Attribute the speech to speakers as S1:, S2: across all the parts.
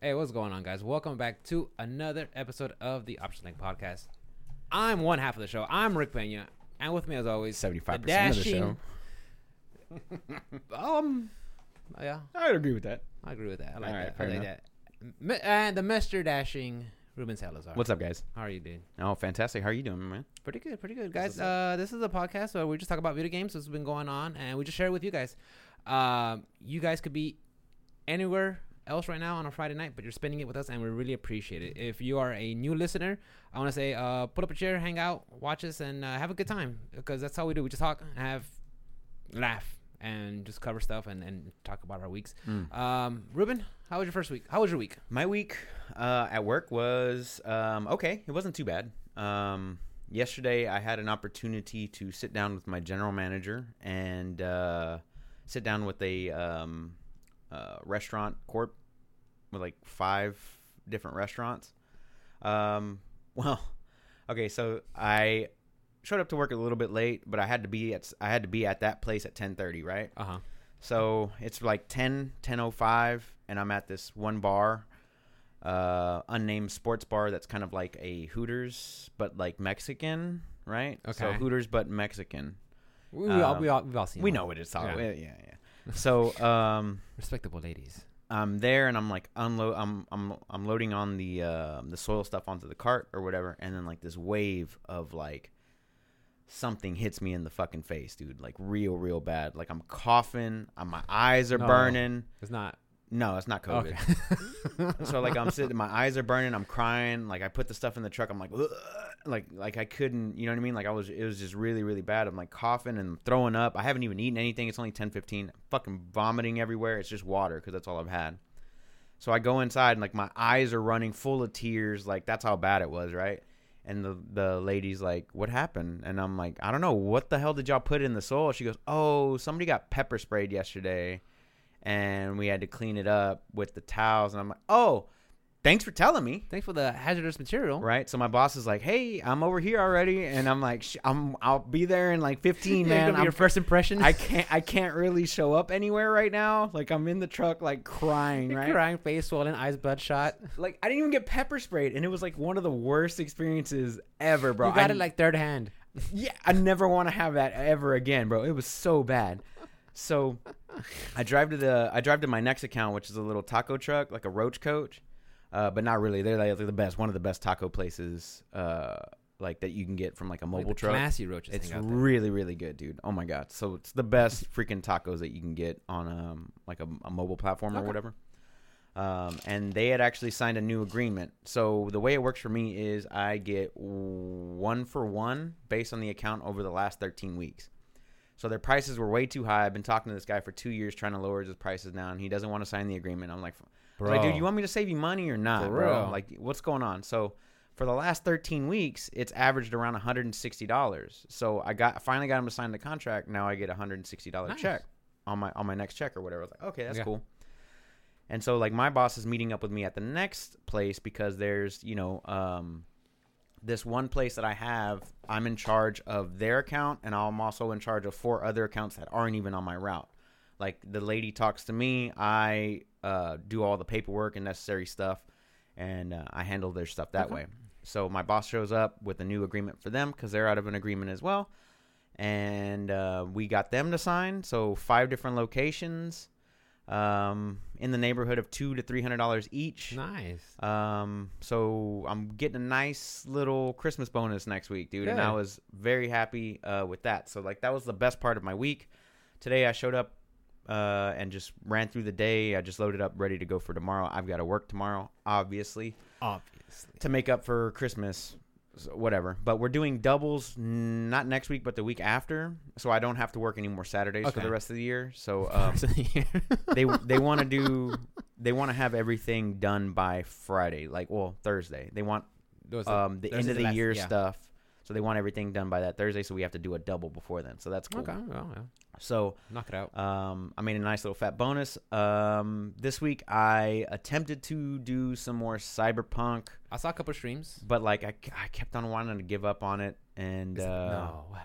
S1: Hey, what's going on, guys? Welcome back to another episode of the Option Link Podcast. I'm one half of the show. I'm Rick Pena, and with me, as always,
S2: 75% of the show.
S1: show. um, yeah,
S2: I'd agree with that.
S1: I agree with that. I like
S2: All right,
S1: that.
S2: fair
S1: I like
S2: enough.
S1: that. Mi- And the Mister Dashing Ruben Salazar.
S2: What's up, guys?
S1: How are you doing?
S2: Oh, fantastic. How are you doing, man?
S1: Pretty good, pretty good, guys. Uh, this is a podcast where we just talk about video games. What's been going on, and we just share it with you guys. Um, you guys could be anywhere else right now on a Friday night, but you're spending it with us, and we really appreciate it. If you are a new listener, I want to say, uh, put up a chair, hang out, watch us, and uh, have a good time because that's how we do. We just talk, have, laugh, and just cover stuff and, and talk about our weeks.
S2: Hmm.
S1: Um, Ruben, how was your first week? How was your week?
S2: My week uh, at work was um, okay. It wasn't too bad. Um, yesterday, I had an opportunity to sit down with my general manager and uh, sit down with a um, uh, restaurant corp with like five different restaurants. Um, well, okay, so I showed up to work a little bit late, but I had to be at I had to be at that place at ten thirty, right?
S1: Uh huh.
S2: So it's like 10, 10.05, and I'm at this one bar, uh, unnamed sports bar that's kind of like a Hooters, but like Mexican, right? So
S1: Okay.
S2: Hooters, but Mexican.
S1: We, we all
S2: Um,
S1: we all we've all seen.
S2: We
S1: one.
S2: know what it's all.
S1: Yeah.
S2: Yeah, yeah. yeah. so um,
S1: respectable ladies.
S2: I'm there and I'm like unload I'm I'm I'm loading on the uh, the soil stuff onto the cart or whatever and then like this wave of like something hits me in the fucking face, dude. Like real real bad. Like I'm coughing, uh, my eyes are
S1: No.
S2: burning.
S1: It's not
S2: No, it's not COVID. so like I'm sitting my eyes are burning, I'm crying, like I put the stuff in the truck, I'm like "Ugh," like like I couldn't, you know what I mean? Like I was it was just really really bad. I'm like coughing and throwing up. I haven't even eaten anything. It's only 10:15. I'm fucking vomiting everywhere. It's just water cuz that's all I've had. So I go inside and like my eyes are running full of tears, like that's how bad it was, right? And the the lady's like, "What happened?" And I'm like, "I don't know. What the hell did y'all put in the soil?" She goes, "Oh, somebody got pepper sprayed yesterday." and we had to clean it up with the towels. And I'm like, oh, thanks for telling me.
S1: Thanks for the hazardous material.
S2: Right. So my boss is like, hey, I'm over here already. And I'm like, Sh- I'm, I'll be there in like 15,
S1: Yeah,
S2: man.
S1: gonna be
S2: I'm-
S1: your first impression.
S2: I can't, I can't really show up anywhere right now. Like I'm in the truck, like crying, right?
S1: Crying, face swollen, eyes bloodshot.
S2: Like I didn't even get pepper sprayed. And it was like one of the worst experiences ever, bro.
S1: you got
S2: I-
S1: it like third hand.
S2: yeah, I never want to have that ever again, bro. It was so bad. So I drive to the I drive to my next account, which is a little taco truck, like a roach coach, uh, but not really. They're like the best, one of the best taco places, uh, like that you can get from like a
S1: Like
S2: mobile
S1: the
S2: truck.
S1: Classy roaches.
S2: It's
S1: hang out there.
S2: really, really good, dude. Oh my god! So it's the best freaking tacos that you can get on um like a, a mobile platform or
S1: Okay.
S2: whatever. Um, and they had actually signed a new agreement. So the way it works for me is I get one for one based on the account over the last 13 weeks. So their prices were way too high. I've been talking to this guy for two years trying to lower his prices down. He doesn't want to sign the agreement. I'm like, I'm like, dude,
S1: Bro.
S2: you want me to save you money or not,
S1: For
S2: bro?
S1: real.
S2: Like, what's going on? So for the last 13 weeks, it's averaged around $160. So I got finally got him to sign the contract. Now I get a $160
S1: Nice.
S2: check on my on my next check or whatever. I was like, okay, that's
S1: Yeah.
S2: cool. And so like my boss is meeting up with me at the next place because there's, you know, um this one place that I have, I'm in charge of their account and I'm also in charge of four other accounts that aren't even on my route. Like the lady talks to me, I uh, do all the paperwork and necessary stuff, and uh, I handle their stuff that
S1: Okay.
S2: way. So my boss shows up with a new agreement for them because they're out of an agreement as well and uh, we got them to sign. So five different locations, um, in the neighborhood of two to three hundred dollars each.
S1: nice.
S2: Um, so I'm getting a nice little Christmas bonus next week, dude, and
S1: Good.
S2: I was very happy uh, with that. So like that was the best part of my week. Today I showed up uh, and just ran through the day. I just loaded up, ready to go for tomorrow. I've got to work tomorrow, obviously
S1: Obviously.
S2: to make up for Christmas, so whatever. But we're doing doubles n- not next week, but the week after, so I don't have to work any more Saturdays for
S1: Okay.
S2: the rest of the year. So um, they they want to do they want to have everything done by Friday, like well Thursday. They want
S1: Uh,
S2: um, the end of the year stuff, so they want everything done by that Thursday. So we have to do a double before then. So that's cool.
S1: Okay, well, yeah.
S2: So
S1: knock it out.
S2: um, I made a nice little fat bonus. Um, this week I attempted to do some more cyberpunk
S1: I saw a couple streams.
S2: but like I, I kept on wanting to give up on it and uh,
S1: no,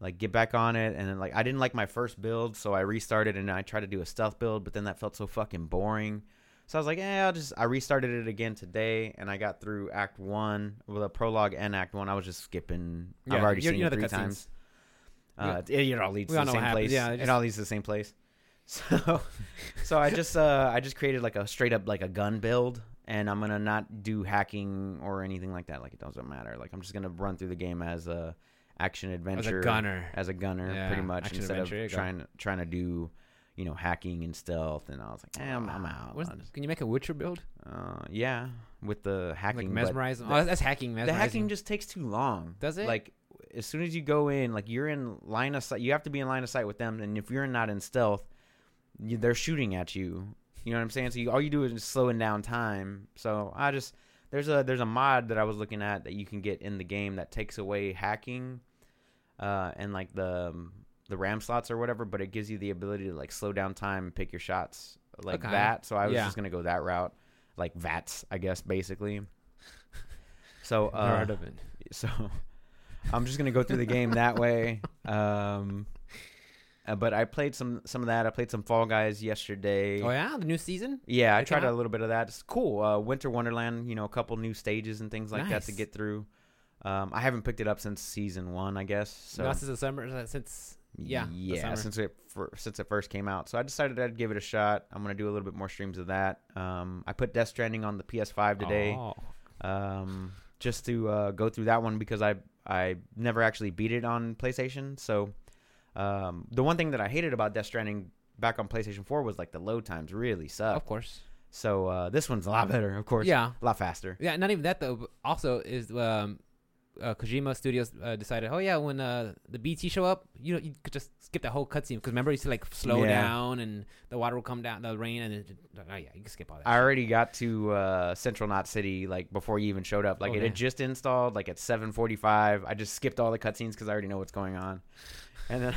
S2: like get back on it and then like I didn't like my first build so I restarted and I tried to do a stealth build but then that felt so fucking boring So I was like, yeah, I'll just I restarted it again today, and I got through Act One, well, the prologue and Act One. I was just skipping. I've
S1: Yeah,
S2: already
S1: you-
S2: seen
S1: you know
S2: it
S1: the
S2: three
S1: cutscenes.
S2: times. Uh, it, it all leads
S1: We
S2: to
S1: all
S2: the
S1: know what
S2: same
S1: happens.
S2: place.
S1: Yeah,
S2: it,
S1: just-
S2: all leads to the same place. So, so I just uh, I just created like a straight up like a gun build, and I'm gonna not do hacking or anything like that. Like it doesn't matter. Like I'm just gonna run through the game as a action
S1: As a
S2: adventure
S1: gunner.
S2: as a gunner,
S1: Yeah,
S2: pretty much
S1: action
S2: instead of
S1: adventure, there you go.
S2: trying trying to do you know hacking and stealth. And I was like, eh, I'm, I'm out.
S1: What's-
S2: I'll just-
S1: can you make a Witcher build?
S2: uh, yeah, with the hacking,
S1: like
S2: but
S1: mesmerizing.
S2: the-
S1: oh, that's, that's hacking.
S2: the
S1: Mesmerizing.
S2: hacking just takes too long.
S1: Does it?
S2: Like as soon as you go in, like you're in line of sight. You have to be in line of sight with them, and if you're not in stealth, you, they're shooting at you. You know what I'm saying? So you, all you do is just slowing down time. So I just there's a there's a mod that I was looking at that you can get in the game that takes away hacking, uh, and like the um, the RAM slots or whatever, but it gives you the ability to like slow down time and pick your shots like
S1: Okay.
S2: that. So I was
S1: Yeah.
S2: just gonna go that route, like VATS, I guess basically. So
S1: Never
S2: uh,
S1: heard of it.
S2: so I'm just gonna go through the game that way. Um, uh, but I played some some of that. I played some Fall Guys yesterday.
S1: Oh yeah, the new season.
S2: Yeah, I
S1: That
S2: tried
S1: came out?
S2: a little bit of that. It's cool. Uh, Winter Wonderland, you know, a couple new stages and things like that to
S1: Nice.
S2: get through. Um, I haven't picked it up since season one, I guess. So
S1: So since the summer. uh, Since yeah, the
S2: yeah,
S1: summer.
S2: since it fir- since it first came out. So I decided I'd give it a shot. I'm gonna do a little bit more streams of that. Um, I put Death Stranding on the PS5 today
S1: Oh,
S2: um, just to uh, go through that one because I I never actually beat it on PlayStation. So um, the one thing that I hated about Death Stranding back on PlayStation 4 was like the load times really sucked.
S1: of course.
S2: So uh, this one's a lot better, of Uh, course.
S1: Oh. Yeah,
S2: a lot faster.
S1: yeah. Not even that though. but Also, is um, uh, Kojima Studios uh, decided? Oh yeah, when uh, the BT show up, you know, you could just skip the whole cutscene because remember you used to like slow
S2: Yeah.
S1: down and the water will come down, the rain, and then, oh yeah, you can skip all that.
S2: I already got to uh, Central Knot City like before you even showed up. Like
S1: Oh,
S2: it had
S1: man.
S2: just installed like at 7:45. I just skipped all the cutscenes because I already know what's going on. And then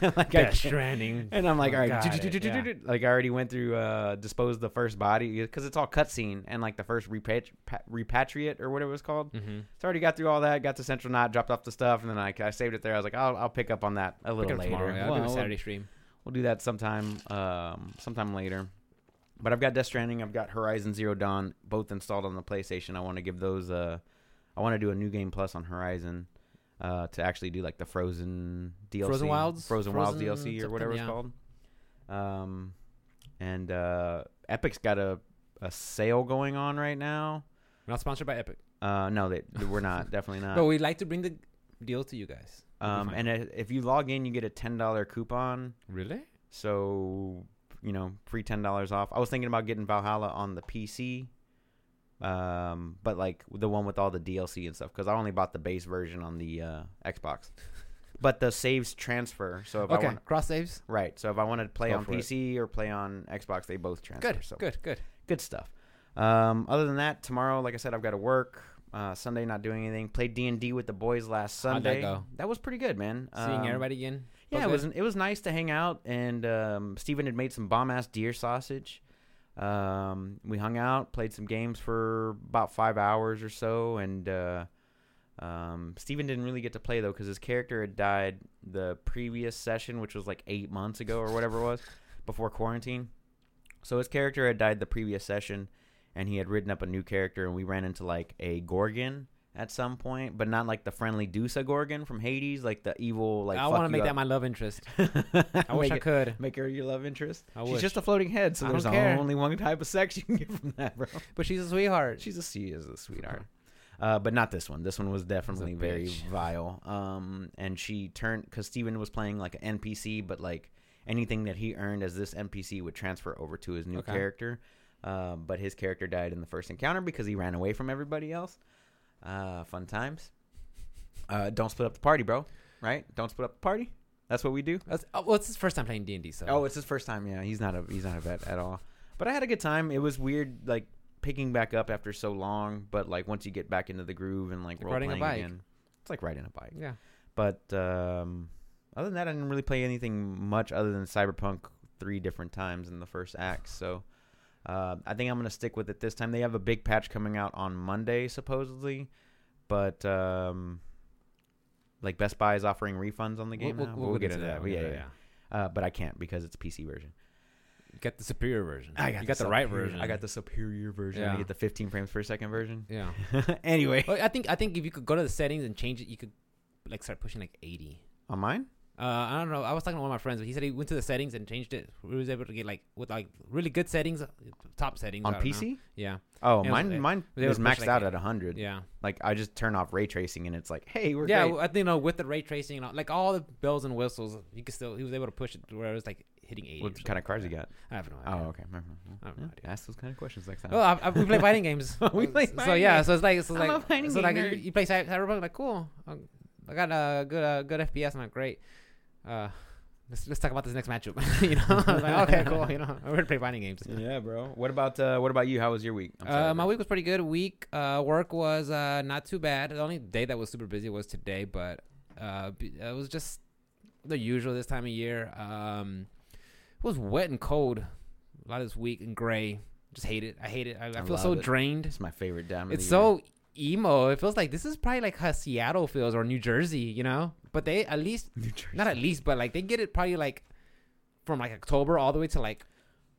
S2: like I
S1: Death
S2: can't-
S1: Stranding.
S2: And I'm like,
S1: Oh,
S2: all right,
S1: got it, yeah.
S2: like I already went through, uh, dispose the first body because it's all cutscene and like the first repatri- pa- repatriate or whatever it was called.
S1: Mm-hmm.
S2: So I already got through all that, got to Central Knot, dropped off the stuff, and then I, I saved it there. I was like, I'll, I'll pick up on that a little later.
S1: Tomorrow, yeah, I'll do
S2: Well,
S1: a Saturday stream.
S2: We'll do that sometime, um, sometime later. But I've got Death Stranding, I've got Horizon Zero Dawn, both installed on the PlayStation. I want to give those. Uh, I want to do a new game plus on Horizon. Uh, to actually do like the Frozen DLC,
S1: Frozen Wilds?
S2: Frozen,
S1: Frozen
S2: Wilds DLC or
S1: something,
S2: whatever
S1: yeah.
S2: it's called. Um, and uh, Epic's got a a sale going on right now.
S1: We're not sponsored by Epic,
S2: Uh, no, they we're not definitely not.
S1: but we'd like to bring the deal to you guys.
S2: Uh, um,
S1: fine.
S2: and uh, if you log in, you get a ten dollar coupon.
S1: Really?
S2: So, you know, free ten dollars off. I was thinking about getting Valhalla on the PC, um, but like the one with all the DLC and stuff because I only bought the base version on the uh, Xbox. But the saves transfer. So if I
S1: okay.
S2: want,
S1: Cross saves.
S2: right. So if I wanted to play
S3: Go
S2: on
S3: for it.
S2: PC or play on Xbox, they both transfer.
S1: Good.
S2: So
S1: Good. Good.
S2: good stuff. Um, other than that, tomorrow, like I said, I've got to work. Uh, Sunday, not doing anything. Played D and D with the boys last
S1: How'd that
S2: Sunday.
S1: go?
S2: was pretty good, man.
S1: Seeing
S2: Um,
S1: everybody again.
S2: yeah, it
S1: Okay.
S2: was it was nice to hang out, and um, Steven had made some bomb ass deer sausage. Um, we hung out, played some games for about five hours or so, and uh, um, Steven didn't really get to play though because his character had died the previous session, which was like eight months ago or whatever it was, before quarantine. So his character had died the previous session, and he had written up a new character, and we ran into like a Gorgon at some point, but not like the friendly Dusa Gorgon from Hades, like the evil like.
S1: I
S2: want
S1: want to make that my love interest.
S2: that.
S1: I wish I could.
S2: Make her your love interest.
S1: I
S2: She's
S1: wish.
S2: just a floating head, so
S1: I
S2: there's
S1: don't care.
S2: only one type of sex you can get from that, bro.
S1: But she's a sweetheart.
S2: She's a she is a sweetheart. Uh, but not this one. This one was definitely very
S1: bitch.
S2: vile. Um, and she turned because Steven was playing like an NPC, but like anything that he earned as this NPC would transfer over to his new
S1: Okay.
S2: character. Um, but his character died in the first encounter because he ran away from everybody else. Uh, fun times. Uh, don't split up the party, bro. Right? Don't split up the party. That's what we do.
S1: That's, oh, well, it's his first time playing D and D, so
S2: Oh, it's his first time. Yeah, he's not a he's not a vet at all. But I had a good time. It was weird, like picking back up after so long. But like once you get back into the groove and like
S1: Like
S2: role
S1: riding a
S2: playing
S1: bike.
S2: again, it's like riding a bike.
S1: yeah.
S2: But um, other than that, I didn't really play anything much other than Cyberpunk three different times in the first act. So uh, I think I'm gonna stick with it this time. They have a big patch coming out on Monday supposedly, but um, like Best Buy is offering refunds on the game. now. But uh, We'll, get into that.
S1: we'll
S2: Yeah,
S1: get
S2: yeah.
S1: into
S2: yeah. Uh, but I can't because it's a PC version.
S1: Get the superior version.
S2: I got
S1: you got the,
S2: sup-
S1: right version.
S2: I got the superior version.
S1: Yeah.
S2: I get the 15 frames per second version.
S1: yeah.
S2: anyway,
S1: Well, I think I think if you could go to the settings and change it, you could like start pushing like eighty.
S2: on mine,
S1: Uh, I don't know. I was talking to one of my friends. He said he went to the settings and changed it. He was able to get like with like really good settings, top settings
S2: on
S1: I don't know.
S2: PC.
S1: Yeah,
S2: Oh,
S1: Yeah, it was-
S2: mine,
S1: they-
S2: mine
S1: they
S2: was
S1: would push
S2: maxed
S1: like
S2: out
S1: a-
S2: at 100.
S1: yeah,
S2: Like I just turn off ray tracing, and it's like, hey, we're
S1: yeah.
S2: great.
S1: well, I think you know with the ray tracing and all, like all the bells and whistles, he could still he was able to push it to where it was like hitting eighty. or
S2: what kind of cars you
S1: something.
S2: got?
S1: I have no idea.
S2: Oh, okay. Mhm.
S1: I have
S2: Yeah,
S1: no idea.
S2: Ask those kind of questions next time.
S1: Well, Oh, I, I, we play fighting games.
S2: We play
S1: so,
S2: fighting
S1: yeah,
S2: games.
S1: so it's like so it's
S2: I'm
S1: like
S2: a fighting
S1: so like
S2: game
S1: you,
S2: nerd.
S1: you play Cy- Cyberpunk like cool. um, I got a good uh, good FPS, not great. Uh, let's let's talk about this next matchup. you know, I was like okay, cool. You know, we're gonna play fighting games.
S2: yeah, bro. What about uh, what about you? How was your week? I'm sorry,
S1: Uh, my
S2: bro.
S1: week was pretty good. Week uh, work was uh, not too bad. The only day that was super busy was today, but uh, b- it was just the usual this time of year. Um, it was wet and cold a lot of this week and gray. Just hate it. I hate it. I, I
S2: I
S1: feel so
S2: love it.
S1: drained.
S2: It's my favorite time. of
S1: It's
S2: the year.
S1: so emo. It feels like this is probably like how Seattle feels or New Jersey, you know. But they at least
S2: New Jersey.
S1: not at least, but like they get it probably like from like October all the way to like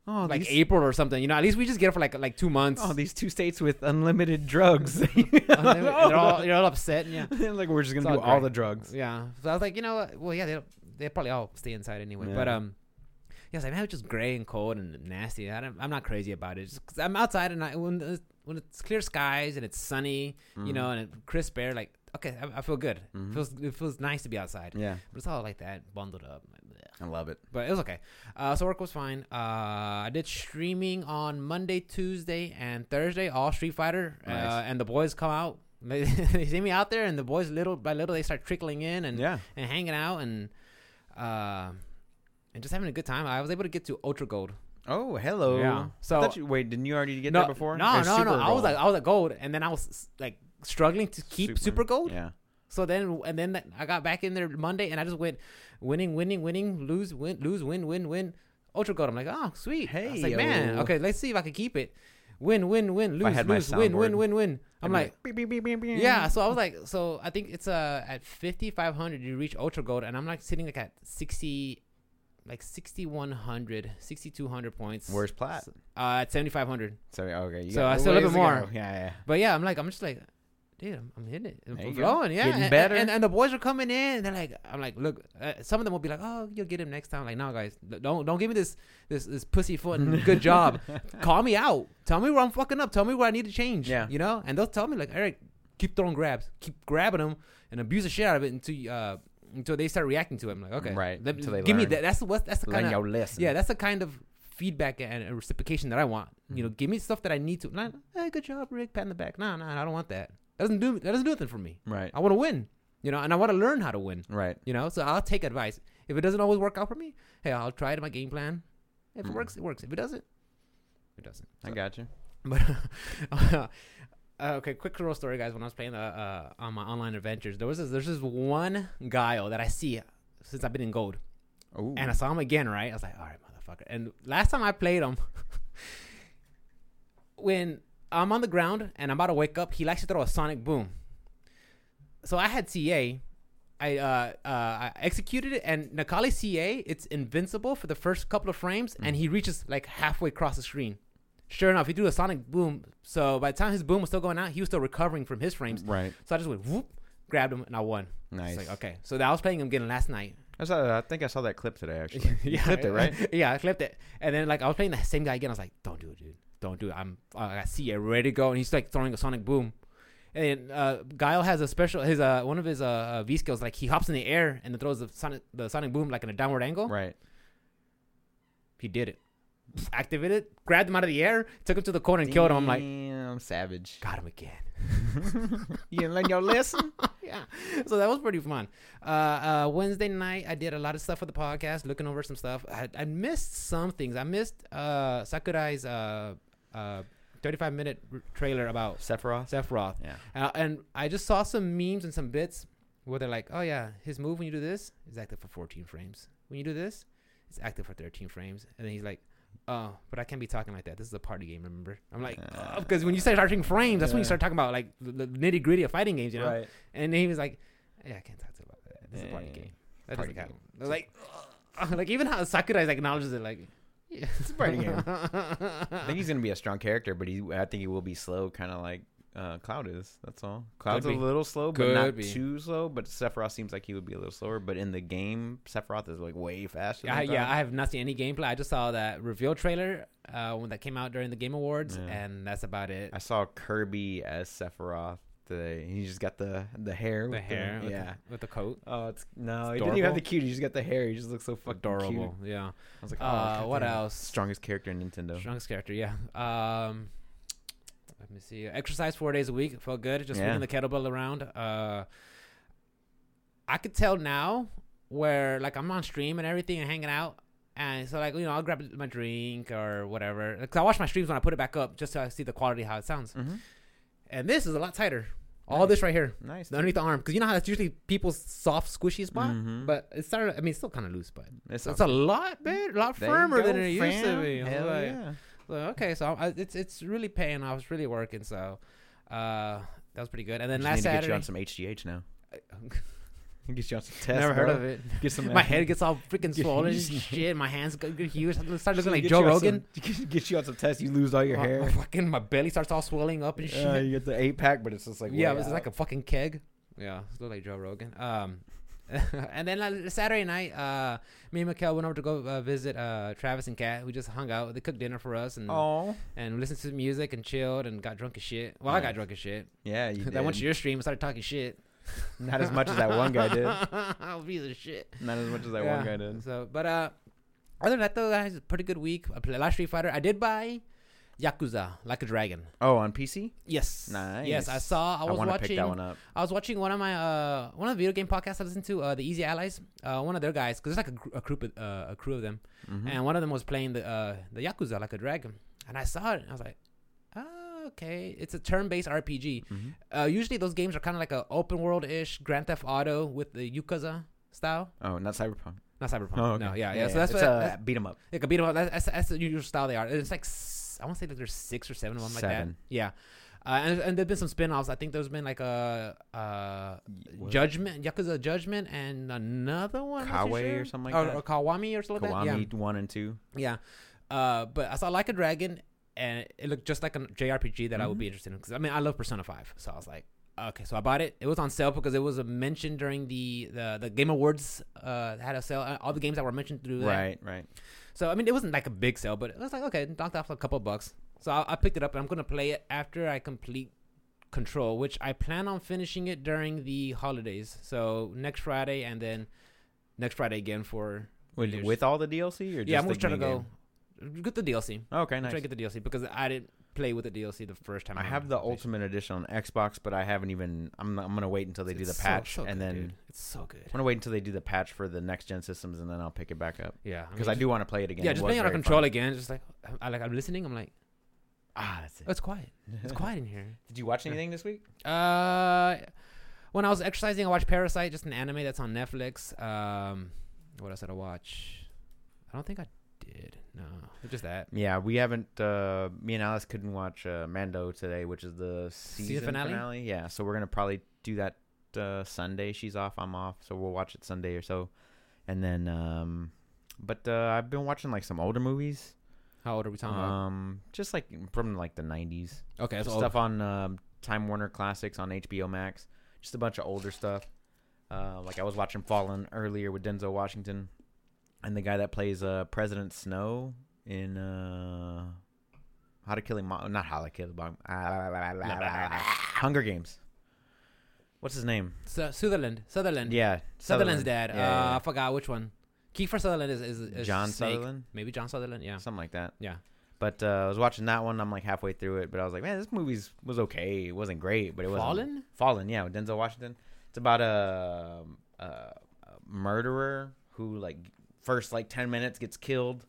S2: oh,
S1: like
S2: these,
S1: April or something. You know, at least we just get it for like like two months.
S2: oh, these two states with unlimited drugs.
S1: And they- they're all they're all upset. And yeah,
S2: like we're just
S1: It's
S2: gonna do
S1: all
S2: all
S1: great.
S2: the drugs.
S1: yeah. So I was like, you know, what? well, yeah, they they probably all stay inside anyway. But
S2: Yeah.
S1: um, yeah, so, man, it's just gray and cold and nasty. I don't, I'm not crazy about it. Just 'cause I'm outside and I, when it's- when it's clear skies and it's sunny,
S2: Mm-hmm.
S1: you know, and it, crisp air, like okay, I, I feel good.
S2: Mhm.
S1: feels it feels nice to be outside.
S2: Yeah,
S1: But it's all like that, bundled up. like, bleh.
S2: I love it.
S1: But it was okay. Uh, so work was fine. Uh, I did streaming on Monday, Tuesday, and Thursday, all Street Fighter. Uh,
S2: Nice.
S1: and the boys come out. They, they see me out there, and the boys little by little they start trickling in and
S2: yeah,
S1: and hanging out and uh, and just having a good time. I was able to get to Ultra Gold.
S2: Oh, hello.
S1: Yeah. So-
S2: I thought you, wait, didn't you already get
S1: no,
S2: there before?
S1: No,
S2: Or
S1: no,
S2: Super
S1: no. I
S2: Bowl?
S1: was like I was at Gold, and then I was like struggling to keep Super, Gold.
S2: Yeah.
S1: So then, and then that- I got back in there Monday, and I just went winning, winning, winning, lose, win, lose, win, win, win. Ultra gold. I'm like, oh, sweet. I was like, man,
S2: Hey-o.
S1: okay, let's see if I can keep it. Win, win, win,
S2: I
S1: lose,
S2: had my
S1: lose, win, win,
S2: soundboard,
S1: win, win. I'm
S2: I'd be
S1: like,
S2: beep, beep, beep, beep, beep.
S1: yeah. So I was like, so I think it's uh at 5500 you reach ultra gold, and I'm like sitting like at 60, like 6100, 6200 points.
S2: Where's Platt?
S1: Uh, at 7500.
S2: So okay, you
S1: So
S2: got
S1: I still have
S2: ways
S1: it
S2: to
S1: more.
S2: go. Yeah, yeah.
S1: But yeah, I'm like, I'm just like, dude, I'm, I'm hitting it. I'm
S2: There you go.
S1: flowing, yeah.
S2: Getting
S1: And- and-
S2: better.
S1: And, and the boys are coming in. And they're like, I'm like, look, uh, some of them will be like, oh, you'll get him next time. Like, no, guys, th- don't don't give me this this this pussy foot and good job. Call me out. Tell me where I'm fucking up. Tell me where I need to change.
S2: Yeah.
S1: you know. And they'll tell me like, Eric, keep throwing grabs, keep grabbing them, and abuse the shit out of it until you, uh until they start reacting to it. I'm like, okay,
S2: Right.
S1: Let,
S2: Until they
S1: give me
S2: learn.
S1: that. That's the what. That's the
S2: Learn
S1: kind of
S2: your lesson.
S1: yeah, that's the kind of feedback and and reciprocation that I want. You know, give me stuff that I need to. Not, hey, good job, Rick. Pat in the back. No, no, I don't want that. That doesn't do that doesn't do anything for me.
S2: right.
S1: I want to win. You know, and I want to learn how to win.
S2: Right.
S1: You know, so I'll take advice. If it doesn't always work out for me, hey, I'll try it in my game plan. If it
S2: Mm.
S1: works, it works. If it doesn't, it doesn't.
S2: I got you.
S1: But uh, okay, quick little story, guys. When I was playing the, uh, on my online adventures, there was this, there's this one guile that I see since I've been in gold,
S2: Ooh.
S1: and I saw him again, right? I was like, all right, motherfucker. And last time I played him, when I'm on the ground and I'm about to wake up, he likes to throw a sonic boom. So I had CA. I uh, uh, I executed it, and Nakali CA, it's invincible for the first couple of frames, and he reaches like halfway across the screen. Sure enough, he threw a sonic boom. So by the time his boom was still going out, he was still recovering from his frames.
S2: right.
S1: So I just went whoop, grabbed him, and I won.
S2: Nice.
S1: It's like uh, okay. So that I was playing him again last night.
S2: I, saw that, I think I saw that clip today. Actually, you clipped it right.
S1: yeah, I clipped it. And then like I was playing the same guy again. I was like, "Don't do it, dude. Don't do it. I'm I got see it ready to go." And he's like throwing a sonic boom. And uh, Guile has a special his uh one of his uh, uh V skills like he hops in the air and then throws the sonic the sonic boom like in a downward angle.
S2: Right.
S1: He did it. Activated, it, grabbed him out of the air, took him to the corner and killed him. I'm like,
S2: Damn, savage.
S1: got him again.
S2: you didn't learn your lesson.
S1: yeah. So that was pretty fun. Uh, uh, Wednesday night, I did a lot of stuff for the podcast, looking over some stuff. I, I missed some things. I missed uh, Sakurai's uh, uh, 35 minute r- trailer about
S2: Sephiroth.
S1: Sephiroth.
S2: Yeah.
S1: Uh, and I just saw some memes and some bits where they're like, oh, yeah, his move when you do this is active for 14 frames. When you do this, it's active for 13 frames. And then he's like, oh, but I can't be talking like that. This is a party game, remember? I'm like, because when you start talking frames, that's when you
S2: Yeah.
S1: start talking about like the, the nitty gritty of fighting games, you know?
S2: Right.
S1: And then he was like, "Yeah, I can't talk to you about that. This is a party
S2: Yeah.
S1: game. That
S2: Party
S1: doesn't count." I was like, like even how Sakurai like acknowledges it, like, Yeah.
S2: It's a party game. I think he's gonna be a strong character, but he I think he will be slow, kind of like uh, Cloud is. That's all. Cloud's a
S1: be.
S2: little slow, but
S1: Could
S2: not
S1: be.
S2: too slow. But Sephiroth seems like he would be a little slower. But in the game, Sephiroth is like way faster.
S1: Yeah, I,
S2: than
S1: yeah,
S2: Cloud.
S1: I have not seen any gameplay. I just saw that reveal trailer uh, when that came out during the Game Awards,
S2: Yeah.
S1: and that's about it.
S2: I saw Kirby as Sephiroth. Today. He just got the the hair.
S1: the
S2: with
S1: hair, with
S2: yeah.
S1: the, with the coat,
S2: Oh, it's no.
S1: It's
S2: he didn't even have
S1: adorable.
S2: the cute. He just got the hair. He just looks so fucking cute.
S1: adorable. Yeah.
S2: I was like, oh,
S1: Uh, what
S2: goddamn.
S1: else?
S2: Strongest character in Nintendo.
S1: Strongest character, yeah. Um, let me see. Exercise four days a week felt good. Just
S2: Yeah.
S1: swinging the kettlebell around. Uh, I could tell now where like I'm on stream and everything and hanging out, and so like you know I'll grab my drink or whatever. Like, 'cause I watch my streams when I put it back up just so I see the quality how it sounds.
S2: Mhm.
S1: And this is a lot tighter. All this right here
S2: Nice.
S1: underneath the arm, because you know how that's usually people's soft squishy spot,
S2: Mhm.
S1: mm-hmm. but it's started. I mean, it's still kind of loose, but
S2: It's
S1: it's a lot better, a lot
S2: There you
S1: firmer than
S2: go,
S1: it used to
S2: fam.
S1: be. I was
S2: Hell
S1: like,
S2: yeah.
S1: so, okay, so I, it's it's really paying off. It's really working. So uh, that was pretty good. And then
S2: Just
S1: last
S2: need to get
S1: Saturday,
S2: you on some HGH now. Get you on some tests.
S1: never heard
S2: bro.
S1: of it.
S2: Get some.
S1: My head gets all freaking
S2: You
S1: swollen and
S2: just-
S1: shit. My hands go get huge. I start looking like
S2: Get
S1: Joe
S2: you on
S1: Rogan.
S2: Some, get you on some tests. You lose all your
S1: My- my
S2: hair.
S1: fucking my belly starts all swelling up and shit.
S2: Uh, you get the eight pack, but it's just like
S1: yeah,
S2: way
S1: it's
S2: out.
S1: like a fucking keg. Yeah, it's look like Joe Rogan. Um, and then uh, Saturday night, uh, me and Mikkel went over to go uh, visit uh, Travis and Kat. We just hung out. They cooked dinner for us and
S2: oh
S1: and listened to music and chilled and got drunk as shit. Well, I got
S2: Nice.
S1: drunk as shit.
S2: yeah. You
S1: That went
S2: did.
S1: to your stream and started talking shit.
S2: Not as much as that one guy did.
S1: I'll be the shit.
S2: Not as much as that
S1: Yeah.
S2: one guy did.
S1: So, but uh, other than that though, that was a pretty good week. I played last Street Fighter. I did buy Yakuza Like a Dragon.
S2: Oh, on PC.
S1: Yes. Yes, I
S2: Nice.
S1: saw. I was
S2: want to
S1: watching.
S2: pick that one up.
S1: I was watching one of my uh one of the video game podcasts I listen to. Uh, the Easy Allies. Uh, one of their guys because there's like a, gr- a group of, uh, a crew of them,
S2: Mhm.
S1: and one of them was playing the uh the Yakuza Like a Dragon, and I saw it and I was like, oh, okay, it's a turn-based RPG.
S2: Mhm.
S1: Uh, usually those games are kind of like a open world ish Grand Theft Auto with the Yakuza style.
S2: Oh, not Cyberpunk.
S1: Not Cyberpunk.
S2: Oh, okay.
S1: No, yeah, yeah. So that's
S2: it's
S1: what
S2: a
S1: that's,
S2: beat 'em up.
S1: like a beat 'em up. That's, that's, that's the usual style they are. It's like s- I want to say that there's six or seven of them like that.
S2: Seven.
S1: Yeah. Uh, and, and there've been some spin-offs. I think there's been like a uh,
S2: What?
S1: Judgment, Yakuza Judgment, and another one. I'm not too
S2: Kawaii or
S1: sure.
S2: something like
S1: or,
S2: that?
S1: Or Kawami or something like that. Yeah.
S2: Kiwami one and two.
S1: Yeah. Uh, but I saw Like a Dragon, and it looked just like a JRPG that I
S2: Mm-hmm.
S1: would be interested in. Because, I mean, I love Persona 5. So I was like, okay. So I bought it. It was on sale because it was uh, mentioned during the, the, the Game Awards uh, had a sale. Uh, All the games that were mentioned through that.
S2: Right, right.
S1: So, I mean, it wasn't like a big sale, but it was like, okay, knocked off a couple bucks. So I, I picked it up, and I'm going to play it after I complete Control, which I plan on finishing it during the holidays. So next Friday, and then next Friday again for.
S2: With,
S1: Years.
S2: with all the DLC or just
S1: yeah, I'm
S2: the
S1: going to try to
S2: main
S1: go
S2: game?
S1: get the DLC.
S2: Okay,
S1: I'm
S2: nice.
S1: trying to get the DLC because I didn't play with the DLC the first time.
S2: I
S1: around.
S2: have the
S1: It's-
S2: Ultimate Edition on Xbox, but I haven't even. I'm I'm gonna wait until they do
S1: it's
S2: the
S1: so-
S2: patch,
S1: so
S2: and
S1: good,
S2: then
S1: dude. it's so good.
S2: I'm gonna wait until they do the patch for the next gen systems, and then I'll pick it back up
S1: Yeah,
S2: because I, do want to play it again.
S1: Yeah,
S2: It
S1: just
S2: was
S1: playing on a
S2: very
S1: control
S2: fun.
S1: again. Just like I like, I'm listening. I'm like,
S2: Ah, that's
S1: oh,
S2: it.
S1: it's quiet. It's quiet in here.
S2: Did you watch anything this week?
S1: Uh, when I was exercising, I watched Parasite, just an anime that's on Netflix. Um, what else did I watch? I don't think I did. No, just that.
S2: Yeah, we haven't. Uh, me and Alice couldn't watch uh, Mando today, which is the season,
S1: finale?
S2: finale? Yeah, so we're gonna probably do that uh, Sunday. She's off, I'm off, so we'll watch it Sunday or so, and then. um But uh, I've been watching like some older movies,
S1: How old are we talking about?
S2: um, just like from like the '90s.
S1: Okay, Uh-huh. that's
S2: Just
S1: old.
S2: stuff on um, Time Warner Classics on HBO Max. Just a bunch of older stuff. Uh, like I was watching Fallen earlier with Denzel Washington, and the guy that plays uh, President Snow in uh, How to Kill a Mo- not How to Kill a Mo- Ah, Hunger Games. What's his name?
S1: Su- Sutherland, Sutherland,
S2: Yeah,
S1: Sutherland's
S2: Sutherland.
S1: dad.
S2: Yeah,
S1: Uh,
S2: yeah,
S1: I forgot which one. Kiefer Sutherland is is,
S2: yeah.
S1: is
S2: John
S1: Snake.
S2: Sutherland,
S1: Maybe John Sutherland. Yeah,
S2: something like that.
S1: yeah.
S2: But uh, I was watching that one. I'm like halfway through it, but I was like, man, this movie's was okay. It wasn't great, but it wasn't
S1: Fallen?
S2: Fallen, yeah, with Denzel Washington. It's about a, um, a, a murderer who like first like ten minutes gets killed,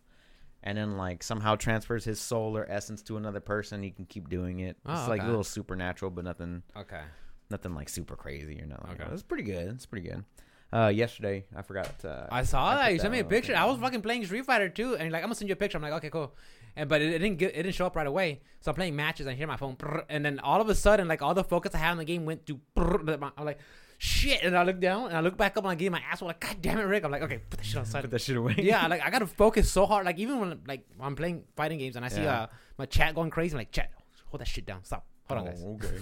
S2: and then like somehow transfers his soul or essence to another person. He can keep doing it.
S1: Oh,
S2: it's like
S1: okay.
S2: a little supernatural, but nothing
S1: Okay.
S2: nothing like super crazy or nothing. Like
S1: Okay.
S2: that. It's pretty good. It's pretty good. Uh, yesterday I forgot. Uh,
S1: I saw
S2: I
S1: that.
S2: put
S1: You sent
S2: that
S1: me a
S2: on, I
S1: picture.
S2: think.
S1: I was fucking playing Street Fighter too, and like I'm gonna send you a picture. I'm like, okay, cool. And but it, it didn't get, it didn't show up right away. So I'm playing matches. and I hear my phone, brrr, and then all of a sudden, like all the focus I had on the game went to. brrr, but my- I'm like, shit. And I look down and I look back up and I get in my asshole like, God damn it, Rick. I'm like, okay, put the shit on the side
S2: Put
S1: of
S2: that shit away.
S1: yeah, like I gotta focus so hard. Like even when like I'm playing fighting games and I see
S2: Yeah.
S1: uh my chat going crazy, I'm like, chat, hold that shit down. Stop. Hold on, guys.
S2: Oh, okay.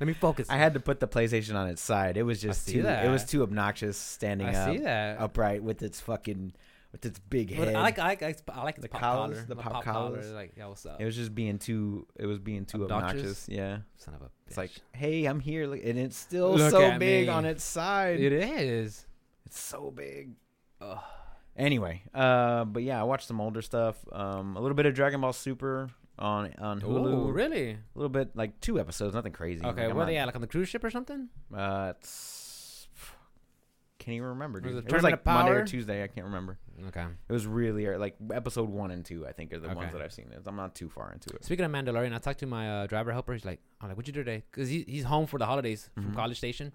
S1: Let me focus.
S2: I had to put the PlayStation on its side. It was just
S1: see
S2: too.
S1: that.
S2: It was too obnoxious standing
S1: I
S2: up,
S1: see that.
S2: upright with its fucking, with its big
S1: But
S2: head.
S1: I like I like I like- I like the, pop
S2: collars,
S1: collar,
S2: the pop collars.
S1: Like, yeah, what's up?
S2: it was just being too. It was being too
S1: Obnoxious?
S2: obnoxious. Yeah.
S1: Son of a bitch.
S2: It's like, hey, I'm here, Look- and it's still
S1: Look
S2: so
S1: at me.
S2: big on its side.
S1: it is.
S2: It's so big.
S1: Ugh.
S2: Anyway, uh, but yeah, I watched some older stuff. Um, a little bit of Dragon Ball Super on on Hulu.
S1: Ooh, Oh, really?
S2: A little bit, like two episodes, nothing crazy.
S1: Okay,
S2: Like, I'm
S1: where
S2: not-
S1: they at? Like on the cruise ship or something?
S2: Uh, it's, can't even remember,
S1: Was
S2: dude.
S1: it
S2: It was
S1: Tournament
S2: like
S1: of
S2: Monday
S1: Power?
S2: or Tuesday. I can't remember.
S1: Okay.
S2: It was really ear- like episode one and two. I think are the
S1: Okay.
S2: ones that I've seen. I'm not too far into it.
S1: Speaking of Mandalorian, I talked to my uh, driver helper. He's like, I'm like, what'd you do today? Because he, he's home for the holidays from
S2: Mhm.
S1: College Station.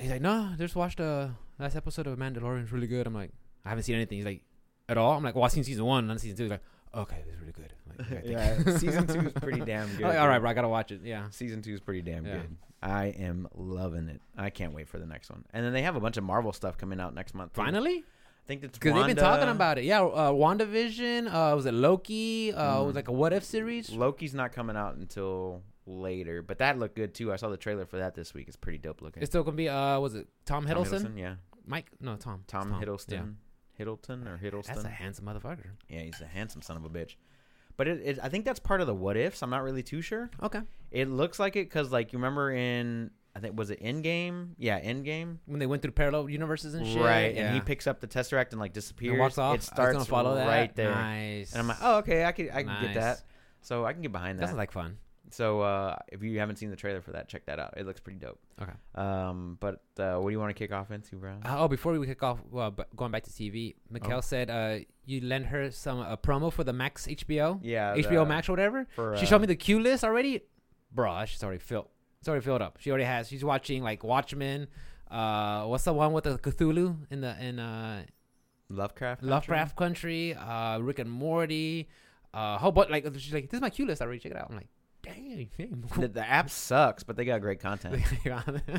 S1: He's like, no, I just watched the last episode of Mandalorian. It's really good. I'm like, I haven't seen anything. He's like, at all? I'm like, well, I've seen season one. And season two, he's like, okay, this is really good. I'm like, "Okay, thank you."
S2: yeah, season two is pretty damn
S1: I'm
S2: good.
S1: like, all right,
S2: dude.
S1: bro, I got to watch it. Yeah.
S2: Season two is pretty damn
S1: Yeah.
S2: good. I am loving it. I can't wait for the next one. And then they have a bunch of Marvel stuff coming out next month. too.
S1: Finally?
S2: I think it's
S1: Because they've been talking
S2: Wanda.
S1: about it. Yeah, uh, WandaVision. Uh, was it Loki? Uh, It was
S2: Mm.
S1: like a what if series.
S2: Loki's not coming out until later, but that looked good too. I saw the trailer for that this week. It's pretty dope looking.
S1: It's still going to be, uh, was it Tom
S2: Tom
S1: Hiddleston?
S2: yeah.
S1: Mike? No, Tom. It's
S2: Tom, Hiddleston.
S1: Yeah.
S2: Hiddleton or Hiddleston?
S1: That's a handsome motherfucker.
S2: Yeah, he's a handsome son of a bitch. But it, it, I think that's part of the what ifs. I'm not really too sure.
S1: Okay.
S2: It looks like it because, like, you remember in I think was it Endgame? Yeah, Endgame.
S1: when they went through parallel universes and shit.
S2: Right,
S1: yeah.
S2: and he picks up the tesseract and like disappears.
S1: and walks off.
S2: It
S1: I was
S2: starts
S1: gonna follow that.
S2: right there,
S1: Nice.
S2: and I'm like, oh, okay, I can I can
S1: Nice.
S2: get that. So I can get behind
S1: that
S2: that.
S1: sounds like fun.
S2: so uh, if you haven't seen the trailer for that, check that out. It looks pretty dope.
S1: Okay.
S2: Um, but uh, what do you want to kick off into, bro?
S1: Uh, oh, before we kick off, well, b- going back to TV, Mikkel
S2: Oh.
S1: said uh, you lent her some a promo for the Max HBO,
S2: yeah,
S1: HBO
S2: the-
S1: Max or whatever.
S2: For, uh,
S1: She showed me the queue list already, bro. She's already filled. It's already filled up. She already has. She's watching like Watchmen. Uh, what's the one with the Cthulhu in the in uh
S2: Lovecraft.
S1: Lovecraft Country, uh, Rick and Morty, uh, whole bunch. Like she's like, this is my queue list already. Check it out. I'm like, dang, dang.
S2: The, the app sucks, but they got great content. The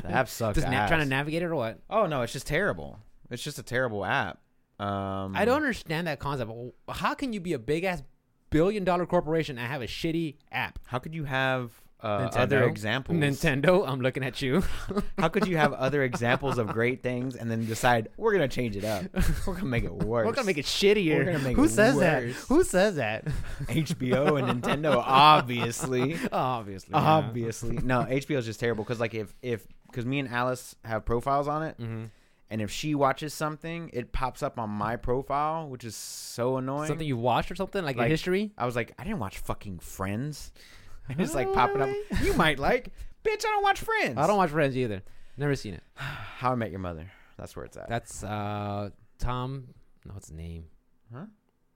S2: app sucks.
S1: Just na- trying to
S2: ass.
S1: navigate it or what?
S2: Oh no, it's just terrible. It's just a terrible app. Um,
S1: I don't understand that concept. W- How can you be a big ass billion dollar corporation and have a shitty app?
S2: How could you have uh, other
S1: Nintendo?
S2: examples?
S1: Nintendo, I'm looking at you.
S2: How could you have other examples of great things and then decide we're gonna change it up? We're gonna make it worse.
S1: We're gonna make it shittier.
S2: We're gonna make
S1: Who
S2: it
S1: says
S2: worse.
S1: that? Who says that?
S2: HBO and Nintendo, obviously.
S1: Obviously. yeah.
S2: Obviously, no. HBO is just terrible because, like, if if because me and Alice have profiles on it,
S1: Mhm.
S2: and if she watches something, it pops up on my profile, which is so annoying.
S1: Something you watched or something like, your
S2: Like-
S1: history.
S2: I was like, I didn't watch fucking Friends. And it's like popping up. You might like, bitch. I don't watch Friends.
S1: I don't watch Friends either. Never seen it.
S2: How I Met Your Mother. That's where it's at.
S1: That's uh Tom. No, what's his name?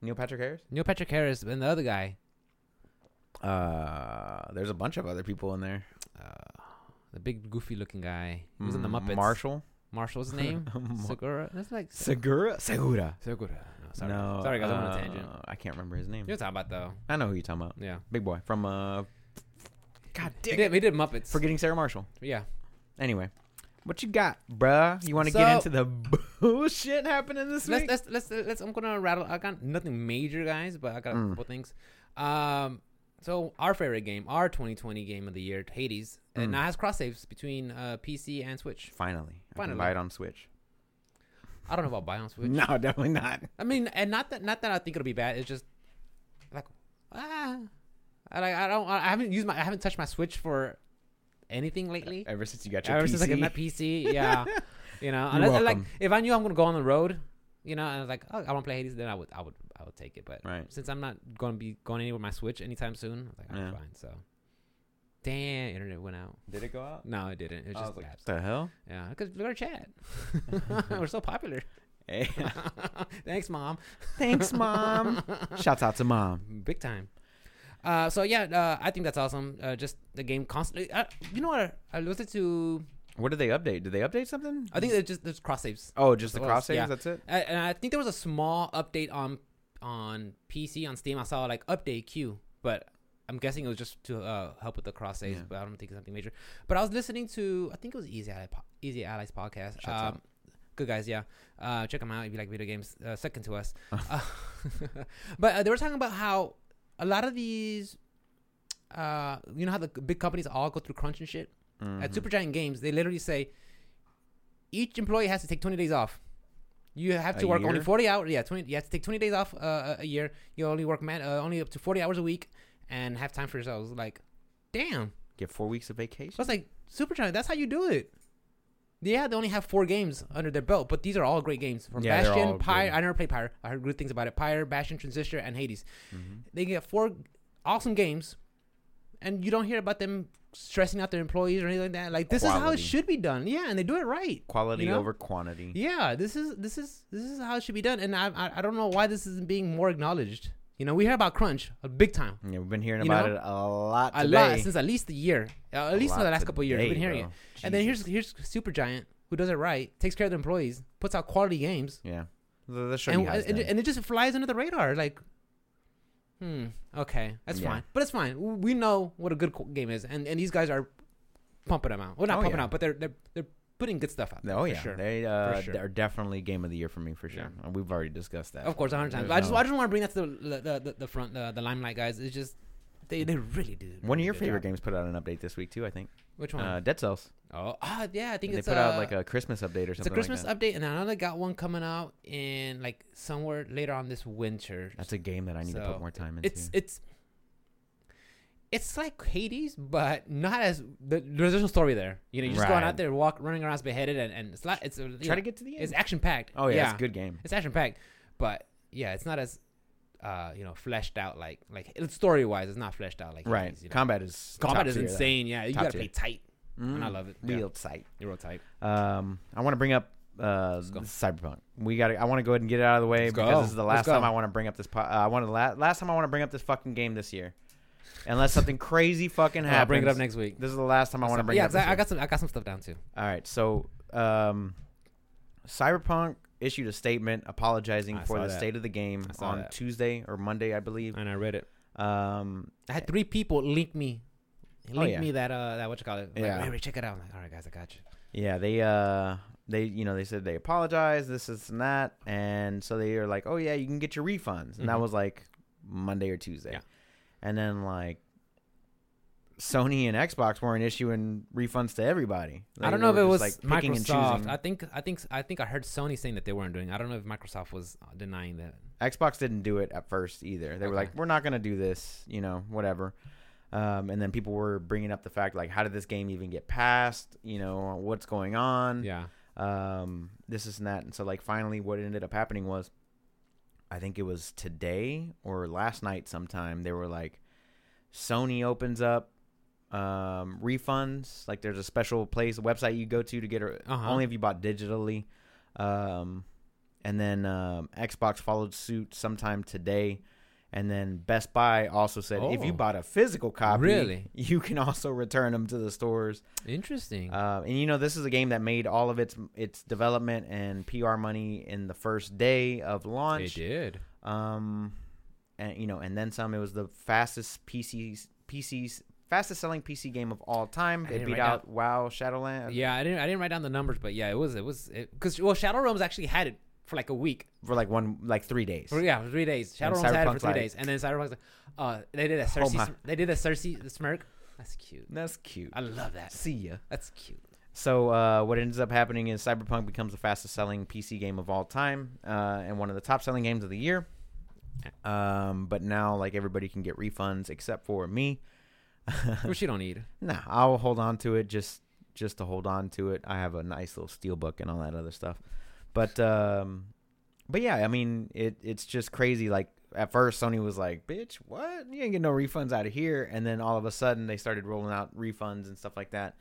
S2: Neil Patrick Harris.
S1: Neil Patrick Harris and the other guy.
S2: Uh, there's a bunch of other people in there.
S1: Uh, the big goofy looking guy. He was in the
S2: Mm,
S1: Muppets.
S2: Marshall
S1: Marshall's name.
S2: Mar-
S1: Segura. That's like
S2: Segura. Segura.
S1: Segura. No, sorry.
S2: No,
S1: sorry, guys. I'm on
S2: uh,
S1: a tangent.
S2: I can't remember his name.
S1: You're talking about though.
S2: I know who you're talking about.
S1: Yeah.
S2: Big boy from uh, God
S1: He
S2: damn it,
S1: did, he did Muppets.
S2: forgetting Sarah Marshall.
S1: yeah.
S2: Anyway, what you got, bruh? You want to get
S1: So-
S2: into the bullshit happening this
S1: Let's,
S2: week?
S1: let's let's let's. I'm gonna rattle. I got nothing major, guys, but I got a
S2: Mm.
S1: couple things. Um. So our favorite game, our 2020 game of the year, Hades, and
S2: Mm.
S1: now has cross saves between uh, PC and Switch.
S2: Finally, I
S1: Finally.
S2: can buy it on Switch.
S1: I don't know about buy on Switch.
S2: No, definitely not.
S1: I mean, and not that not that I think it'll be bad. It's just like ah, I, like, I don't. I haven't used my. I haven't touched my Switch for anything lately.
S2: Ever since you got your
S1: Ever
S2: PC,
S1: since I got my PC, yeah, you know, unless, like
S2: welcome.
S1: if I knew I'm gonna go on the road, you know, and I was like, oh, I want to play Hades, then I would, I would, I would take it. But
S2: Right.
S1: since I'm not gonna be going anywhere with my Switch anytime soon, I was like, I'm
S2: Yeah.
S1: fine. So, damn, internet went out.
S2: Did it go out?
S1: No, it didn't. It was
S2: I
S1: just
S2: was like,
S1: lapsed.
S2: what the hell?
S1: yeah, because look at our chat. We're so popular.
S2: Hey.
S1: Thanks, mom.
S2: Thanks, mom. Shouts out to mom.
S1: big time. Uh, so yeah, uh, I think that's awesome. Uh, just the game constantly. Uh, you know what? I listened to.
S2: What did they update? Did they update something?
S1: I think it's just there's cross saves,
S2: Oh, just the
S1: Well,
S2: cross saves.
S1: yeah.
S2: That's it.
S1: I, and I think there was a small update on on PC on Steam. I saw like update queue, but I'm guessing it was just to uh, help with the cross saves, but I don't think it's something major. But I was listening to I think it was Easy Ally, po- Easy Allies podcast.
S2: Shouts out.
S1: Um, good guys, yeah. Uh, check them out if you like video games. Uh, second to us, uh, but uh, they were talking about how a lot of these, uh, you know how the big companies all go through crunch and shit.
S2: Mm-hmm.
S1: At Supergiant Games, they literally say each employee has to take 20 days off. You have to
S2: A
S1: work only
S2: year?
S1: 40 hours. Yeah, 20. You have to take 20 days off uh, a a year. You only work man, uh, only up to 40 hours a week, and have time for yourselves. Like, damn.
S2: Get four weeks of
S1: So
S2: vacation.
S1: I was like, Supergiant. That's how you do it. Yeah, they only have four games under their belt, but these are all great games. From
S2: Yeah, they're all
S1: Bastion, Pyre.
S2: good.
S1: I never played Pyre. I heard good things about it. Pyre, Bastion, Transistor, and Hades.
S2: Mhm.
S1: They get four awesome games, and you don't hear about them stressing out their employees or anything like that. Like this is how it
S2: Quality.
S1: should be done. Yeah, and they do it right.
S2: Quality
S1: You know?
S2: over quantity.
S1: Yeah, this is this is this is how it should be done, and I I, I don't know why this isn't being more acknowledged. You know, we hear about crunch a big time,
S2: Yeah, we've been hearing
S1: You
S2: about
S1: know?
S2: it a lot
S1: a
S2: today.
S1: lot since at least a year, uh, at least
S2: A
S1: for the
S2: lot
S1: last couple of years. We've been
S2: today,
S1: hearing it,
S2: bro.
S1: and then here's
S2: Jesus.
S1: here's Supergiant who does it right, takes care of the employees, puts out quality games,
S2: yeah. Th- That's
S1: and,
S2: showing
S1: uh,
S2: you how it's
S1: and,
S2: done.
S1: and it just flies under the radar. Like, hmm, okay, that's
S2: Yeah.
S1: fine, but it's fine. W- We know what a good co- game is, and, and these guys are pumping them out. Well, not
S2: Oh,
S1: pumping
S2: yeah.
S1: out, but they're they're they're putting good stuff out. there,
S2: Oh
S1: for
S2: yeah,
S1: sure.
S2: they uh,
S1: sure.
S2: d- are definitely game of the year for me for sure.
S1: Yeah.
S2: And we've already discussed that.
S1: Of course, a hundred times.
S2: There's
S1: But I just,
S2: no-
S1: I just want to bring that to the the, the, the front, the, the limelight, guys. It's just they, they really do.
S2: One of
S1: really
S2: your
S1: good
S2: favorite
S1: job.
S2: games put out an update this week too. I think
S1: Which one?
S2: uh, Dead Cells.
S1: oh, ah, yeah, I think
S2: they
S1: it's
S2: put
S1: uh,
S2: out like a Christmas update or something.
S1: it's a Christmas
S2: like that.
S1: update, and I know they got one coming out in like somewhere later on this winter.
S2: That's a game that I need to
S1: So,
S2: put more time into.
S1: It's it's it's like Hades, but not as the, there's no story there. You know, you're just going
S2: Right.
S1: out there, walk, running around, beheaded, and, and it's not. It's a,
S2: try to get to the end.
S1: it's action packed.
S2: oh yeah, it's a good game.
S1: it's action packed, but yeah, it's not as uh, you know fleshed out like like story wise. It's not fleshed out like
S2: Right,
S1: Hades, you know.
S2: combat is
S1: combat
S2: top
S1: is
S2: tier, though.
S1: insane. Yeah, you
S2: Top
S1: gotta
S2: tier.
S1: play tight, and I
S2: Mm,
S1: love it. Yeah,
S2: Real tight.
S1: you're real tight.
S2: Um, I want to bring up uh,
S1: go.
S2: Cyberpunk. We got. to I want to go ahead and get it out of the way
S1: Let's
S2: because
S1: go.
S2: this is the
S1: Let's
S2: last time
S1: go.
S2: I want to bring up this. Po- uh, I want to la- last time I want to bring up this fucking game this year, unless something crazy fucking happens.
S1: I'll bring it up next week.
S2: This is the last time I want to bring
S1: yeah,
S2: it up.
S1: 'cause
S2: this
S1: I, I
S2: year.
S1: got some. I got some stuff down too.
S2: All right, so um, Cyberpunk issued a statement apologizing
S1: I
S2: for
S1: saw
S2: the
S1: that.
S2: state of the game
S1: I saw
S2: on
S1: that.
S2: Tuesday or Monday, I believe.
S1: And I read it.
S2: Um,
S1: I had three people link me, link
S2: Oh, yeah.
S1: me that uh that what you call it. Like,
S2: Yeah.
S1: "Ray, Ray, check it out. I'm like, all right, guys, I got you.
S2: yeah, they uh, they you know they said they apologize, this, this, and that, and so they are like, oh yeah, you can get your refunds, and that
S1: Mhm.
S2: was like Monday or Tuesday,
S1: Yeah.
S2: and then like. Sony and Xbox weren't issuing refunds to everybody.
S1: I
S2: They
S1: don't know if
S2: were
S1: it
S2: just,
S1: was
S2: picking and
S1: Microsoft.
S2: choosing.
S1: I think I think I think I heard Sony saying that they weren't doing. it. I don't know if Microsoft was uh, denying that.
S2: Xbox didn't do it at first either. They were
S1: Okay.
S2: like, "We're not gonna do this," you know, whatever. Um, and then people were bringing up the fact like, "How did this game even get passed?" You know, what's going on?
S1: Yeah.
S2: Um, this is and that. And so like, finally, what ended up happening was, I think it was today or last night sometime. They were like, Sony opens up um, refunds. Like, there's a special place, a website you go to to get a,
S1: Uh-huh.
S2: only if you bought digitally. Um, and then um, Xbox followed suit sometime today. And then Best Buy also said if you
S1: Oh.
S2: bought a physical copy,
S1: Really?
S2: you can also return them to the stores.
S1: Interesting.
S2: Uh, and you know, this is a game that made all of its its development and PR money in the first day of
S1: they
S2: launch.
S1: did.
S2: Um, and you know, and then some. It was the fastest PCs PCs fastest selling PC game of all time.
S1: I
S2: It
S1: didn't
S2: beat
S1: write
S2: out WoW, Shadowland
S1: Yeah, I didn't. I didn't write down the numbers, but yeah, it was. It was because well, Shadow Realms actually had it for like a week.
S2: for like one like three days.
S1: For, yeah, for three days. Shadow
S2: And
S1: Realms had it for
S2: Cyberpunk's
S1: three
S2: like- Oh
S1: days, and then Cyberpunk's. Uh, they did a Cersei.
S2: my.
S1: sm- they did a Cersei smirk. That's cute.
S2: That's cute.
S1: I love that.
S2: See ya.
S1: That's cute.
S2: So uh, what ends up happening is Cyberpunk becomes the fastest selling PC game of all time uh, and one of the top selling games of the year. Um, but now like everybody can get refunds except for me.
S1: Which you don't need.
S2: Nah, I'll hold on to it just just to hold on to it. I have a nice little steelbook and all that other stuff. But um but yeah, I mean it it's just crazy. Like at first Sony was like, Bitch, what? You ain't getting no refunds out of here and then all of a sudden they started rolling out refunds and stuff like that.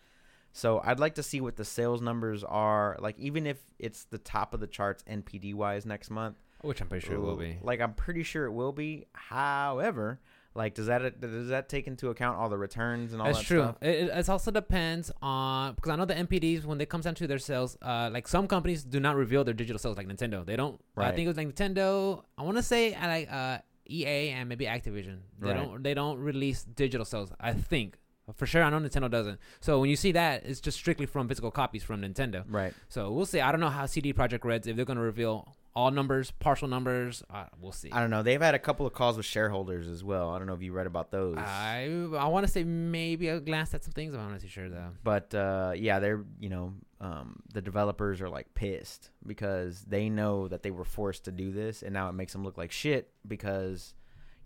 S2: So I'd like to see what the sales numbers are, like even if it's the top of the charts NPD wise next month.
S1: Which I'm pretty sure it will be.
S2: Like I'm pretty sure it will be. However, like does that does that take into account all the returns and all
S1: That's
S2: that
S1: true.
S2: stuff?
S1: It, it it's also depends on because I know the MPDs when they comes down to their sales, uh, like some companies do not reveal their digital sales, like Nintendo. They don't. I
S2: Right.
S1: think it was like Nintendo. I want to say uh, like uh, EA and maybe Activision. They
S2: Right.
S1: don't they don't release digital sales. I think for sure. I know Nintendo doesn't. So when you see that, it's just strictly from physical copies from Nintendo.
S2: Right.
S1: So we'll see. I don't know how CD Project Reds if they're going to reveal all numbers, partial numbers. Uh, we'll see.
S2: I don't know. They've had a couple of calls with shareholders as well. I don't know if you read about those.
S1: I I want to say maybe I glanced at some things, but I'm not too sure though.
S2: but uh, yeah, they're you know um, the developers are like pissed because they know that they were forced to do this, and now it makes them look like shit because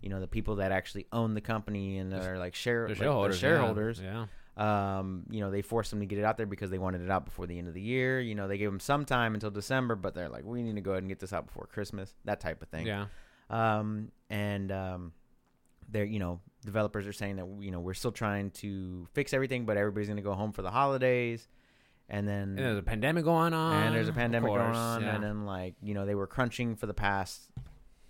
S2: you know the people that actually own the company and
S1: They're-
S2: are like share
S1: They're
S2: like, they're
S1: shareholders, yeah.
S2: shareholders,
S1: Yeah.
S2: um, you know they forced them to get it out there because they wanted it out before the end of the year. You know they gave them some time until December, but they're like we need to go ahead and get this out before Christmas, that type of thing.
S1: Yeah.
S2: Um, and um, they're you know developers are saying that you know we're still trying to fix everything, but everybody's gonna go home for the holidays, and then
S1: And there's a pandemic going on.
S2: and there's a
S1: of
S2: pandemic going
S1: course,
S2: on,
S1: yeah.
S2: and then like you know they were crunching for the past.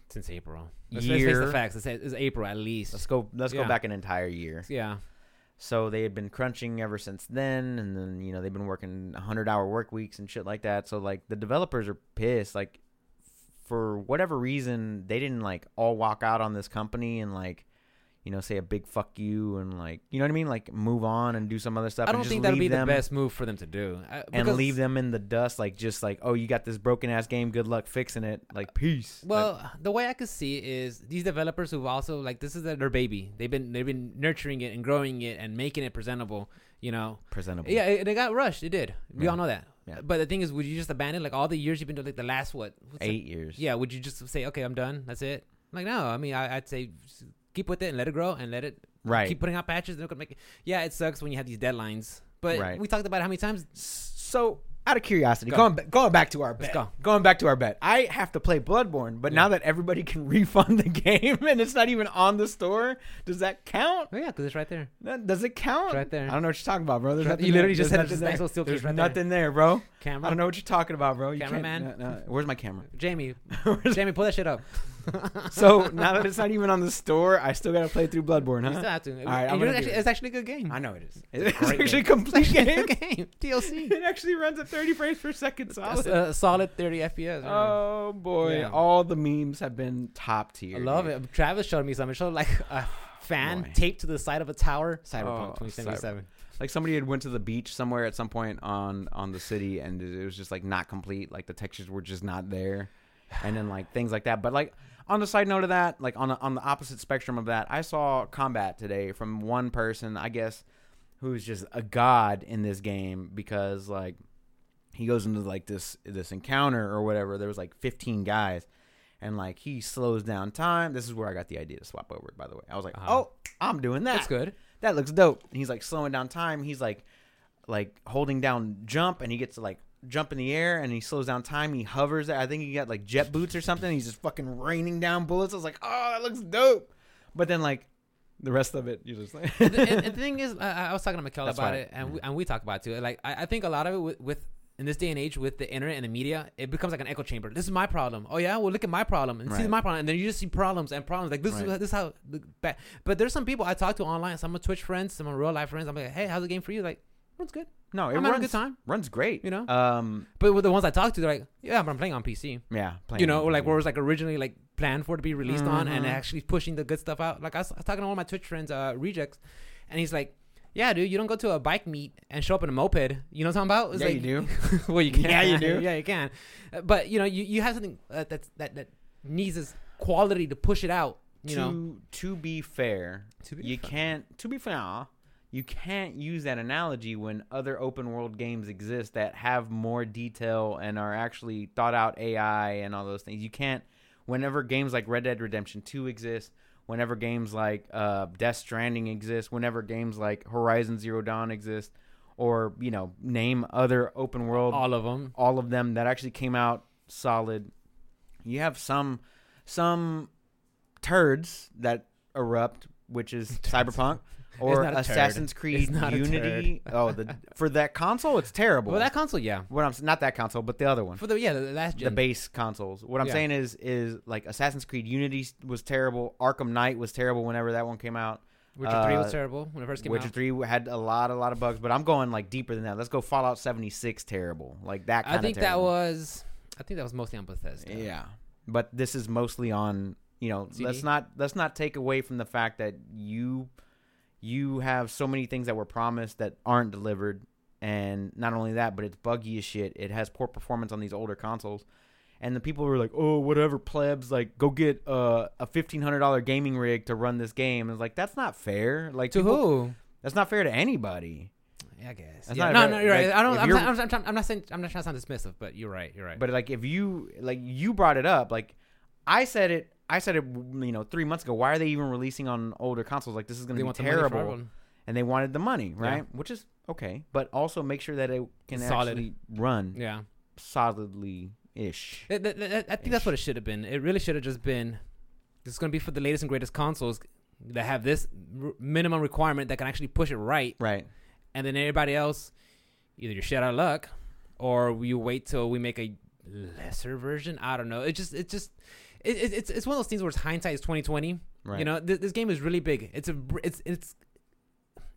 S1: since April. Let's, let's face the
S2: Year.
S1: facts. It's, it's April at least.
S2: Let's go. Let's
S1: Yeah.
S2: go back an entire year.
S1: yeah.
S2: So they had been crunching ever since then, and then you know they've been working hundred hour work weeks and shit like that. So like the developers are pissed. Like for whatever reason, they didn't like all walk out on this company and like you know say a big fuck you and like you know what I mean, like move on and do some other stuff.
S1: I
S2: and
S1: don't
S2: just
S1: think that'd be
S2: leave
S1: the
S2: them-
S1: best move for them to do. I,
S2: And
S1: because-
S2: leave them in the dust, like just like oh you got this broken ass game, good luck fixing it, like peace. Like,
S1: Well, the way I could see it is these developers who've also like this is their their baby. They've been they've been nurturing it and growing it and making it presentable. You know,
S2: presentable.
S1: yeah, it, they got rushed. It did. We
S2: Yeah.
S1: all know that.
S2: Yeah.
S1: But the thing is, would you just abandon like all the years you've been doing like the last what what's that-
S2: eight years.
S1: Yeah, would you just say okay, I'm done. That's it. Like no, I mean I, I'd say just keep with it and let it grow and let it
S2: right.
S1: keep putting out patches. They're gonna make it. Yeah, it sucks when you have these deadlines. But
S2: Right.
S1: we talked about how many times.
S2: So, out of curiosity,
S1: Go.
S2: going ba- going back to our
S1: Let's
S2: bet,
S1: go.
S2: going back to our bet, I have to play Bloodborne, but
S1: Yeah.
S2: now that everybody can refund the game and it's not even on the store, does that count?
S1: Oh yeah, because it's right there.
S2: That- Does it count?
S1: It's right there.
S2: I don't know what you're talking about, bro. There's
S1: It's right-
S2: nothing
S1: you
S2: there.
S1: literally just
S2: There's
S1: said it's nice
S2: nothing
S1: little
S2: there.
S1: still
S2: There's
S1: keys right there.
S2: nothing there, bro.
S1: Camera.
S2: I don't know what you're talking about, bro. You can't-
S1: Cameraman.
S2: no, no. Where's my camera?
S1: Jamie, Jamie, pull that shit up.
S2: so now that it's not even on the store, I still gotta play through Bloodborne,
S1: You
S2: huh?
S1: still have to.
S2: right,
S1: And
S2: I'm
S1: you know,
S2: gonna do
S1: actually,
S2: it.
S1: it's actually a good game.
S2: I know it is.
S1: It's
S2: It's,
S1: a great
S2: actually
S1: game.
S2: a complete game.
S1: Good game. DLC.
S2: it actually runs at 30 frames per second solid.
S1: It's a solid 30 FPS. yeah.
S2: Oh boy,
S1: Yeah.
S2: all the memes have been top tier.
S1: I love
S2: dude.
S1: it. Travis showed me something. It showed like a fan
S2: Boy.
S1: taped to the side of a tower. Cyberpunk
S2: Oh,
S1: 2077.
S2: Like somebody had went to the beach somewhere at some point on on the city, and it was just like not complete. Like the textures were just not there, and then like things like that. But like on the side note of that, like on the, on the opposite spectrum of that, I saw combat today from one person, I guess, who's just a god in this game because like he goes into like this this encounter or whatever. There was like 15 guys, and like he slows down time. This is where I got the idea to swap over. By the way, I was like,
S1: Uh-huh.
S2: oh, I'm doing that.
S1: That's good.
S2: That looks dope. And he's like slowing down time. He's like like holding down jump, and he gets to like jump in the air, and he slows down time. He hovers. I think he got like jet boots or something. He's just fucking raining down bullets. I was like, oh, that looks dope. But then like the rest of it, you're just like.
S1: and, and- and the thing is, I, I was talking to Mikel
S2: That's Mm-hmm.
S1: about
S2: why-
S1: it, and we, and we talk about it too. Like, I, I think a lot of it with, with in this day and age with the internet and the media, it becomes like an echo chamber. This is my problem. Oh yeah, well look at my problem and see
S2: Right.
S1: my problem, and then you just see problems and problems. Like this is
S2: Right.
S1: this is how. the ba- But there's some people I talk to online, some of my Twitch friends, some of my real life friends. I'm like, hey, how's the game for you? Like, it's good.
S2: no,
S1: I'm
S2: it
S1: having a
S2: runs
S1: good time.
S2: runs great.
S1: You know?
S2: Um.
S1: But with the ones I talk to, they're like, yeah, but I'm playing on PC.
S2: Yeah.
S1: you know,
S2: playing-
S1: like where it was like originally like planned for it to be released on, and
S2: Mhm.
S1: actually pushing the good stuff out. Like I was, I was talking to one of my Twitch friends, uh, Rejects, and he's like, "Yeah, dude, you don't go to a bike meet and show up in a moped. You know what I'm talking about? It's
S2: Yeah,
S1: like,
S2: you
S1: do. well, you can.
S2: Yeah, you do.
S1: yeah, you can. Uh, But you know, you, you have something uh, that's that that needs this quality to push it out. You
S2: to
S1: know,
S2: to be fair,
S1: To be
S2: you
S1: fair.
S2: can't to be fair, you can't use that analogy when other open world games exist that have more detail and are actually thought out AI and all those things. You can't whenever games like Red Dead Redemption 2 exist, whenever games like uh, Death Stranding exist, whenever games like Horizon Zero Dawn exist or, you know, name other open world
S1: all of them.
S2: all of them that actually came out solid. You have some some turds that erupt, which is Cyberpunk or
S1: not a turd.
S2: Assassin's Creed
S1: It's not a
S2: Unity. oh, the for that console, it's terrible.
S1: Well, that console, yeah.
S2: what I'm s- not that console, but the other one,
S1: For the yeah, the the last
S2: the
S1: gen.
S2: base consoles. What I'm
S1: Yeah.
S2: saying is is like Assassin's Creed Unity was terrible. Arkham Knight was terrible whenever that one came out.
S1: Witcher three was
S2: uh,
S1: terrible when it first came
S2: Witcher
S1: out.
S2: Three had a lot, a lot of bugs, but I'm going like deeper than that. Let's go Fallout 76 terrible, like that. Kind
S1: I think
S2: terrible.
S1: that was. I think that was mostly on Bethesda.
S2: Yeah. But this is mostly on you know
S1: CD?
S2: let's not let's not take away from the fact that you you have so many things that were promised that aren't delivered and not only that but it's buggy as shit it has poor performance on these older consoles and the people were like oh whatever plebs like go get uh, a $1500 gaming rig to run this game and it's like that's not fair like
S1: To
S2: people-
S1: who?
S2: that's not fair to anybody
S1: I guess.
S2: That's
S1: Yeah.
S2: not
S1: No,
S2: right.
S1: no, you're right.
S2: Like,
S1: I don't.
S2: if
S1: I'm,
S2: you're-
S1: not, I'm, I'm, I'm not saying. I'm not trying to sound dismissive, but you're right. You're right.
S2: But like if you like you brought it up, like I said it, I said it, you know, three months ago. Why are they even releasing on older consoles? Like this is going
S1: they
S2: to be
S1: want the money for
S2: terrible.
S1: everyone.
S2: And they wanted the money, right? Which is okay, but also make sure that it can
S1: Solid.
S2: actually run
S1: Yeah.
S2: solidly ish.
S1: Th- th- th- I think that's what it should have been. It really should have just been. This is going to be for the latest and greatest consoles that have this r- minimum requirement that can actually push it right,
S2: Right.
S1: and then everybody else, either you're shit out of luck, or you wait till we make a lesser version. I don't know. It just, it just, it, it, it's it's one of those things where it's hindsight is twenty twenty.
S2: Right.
S1: You know, th- this game is really big. It's a, br- it's, it's.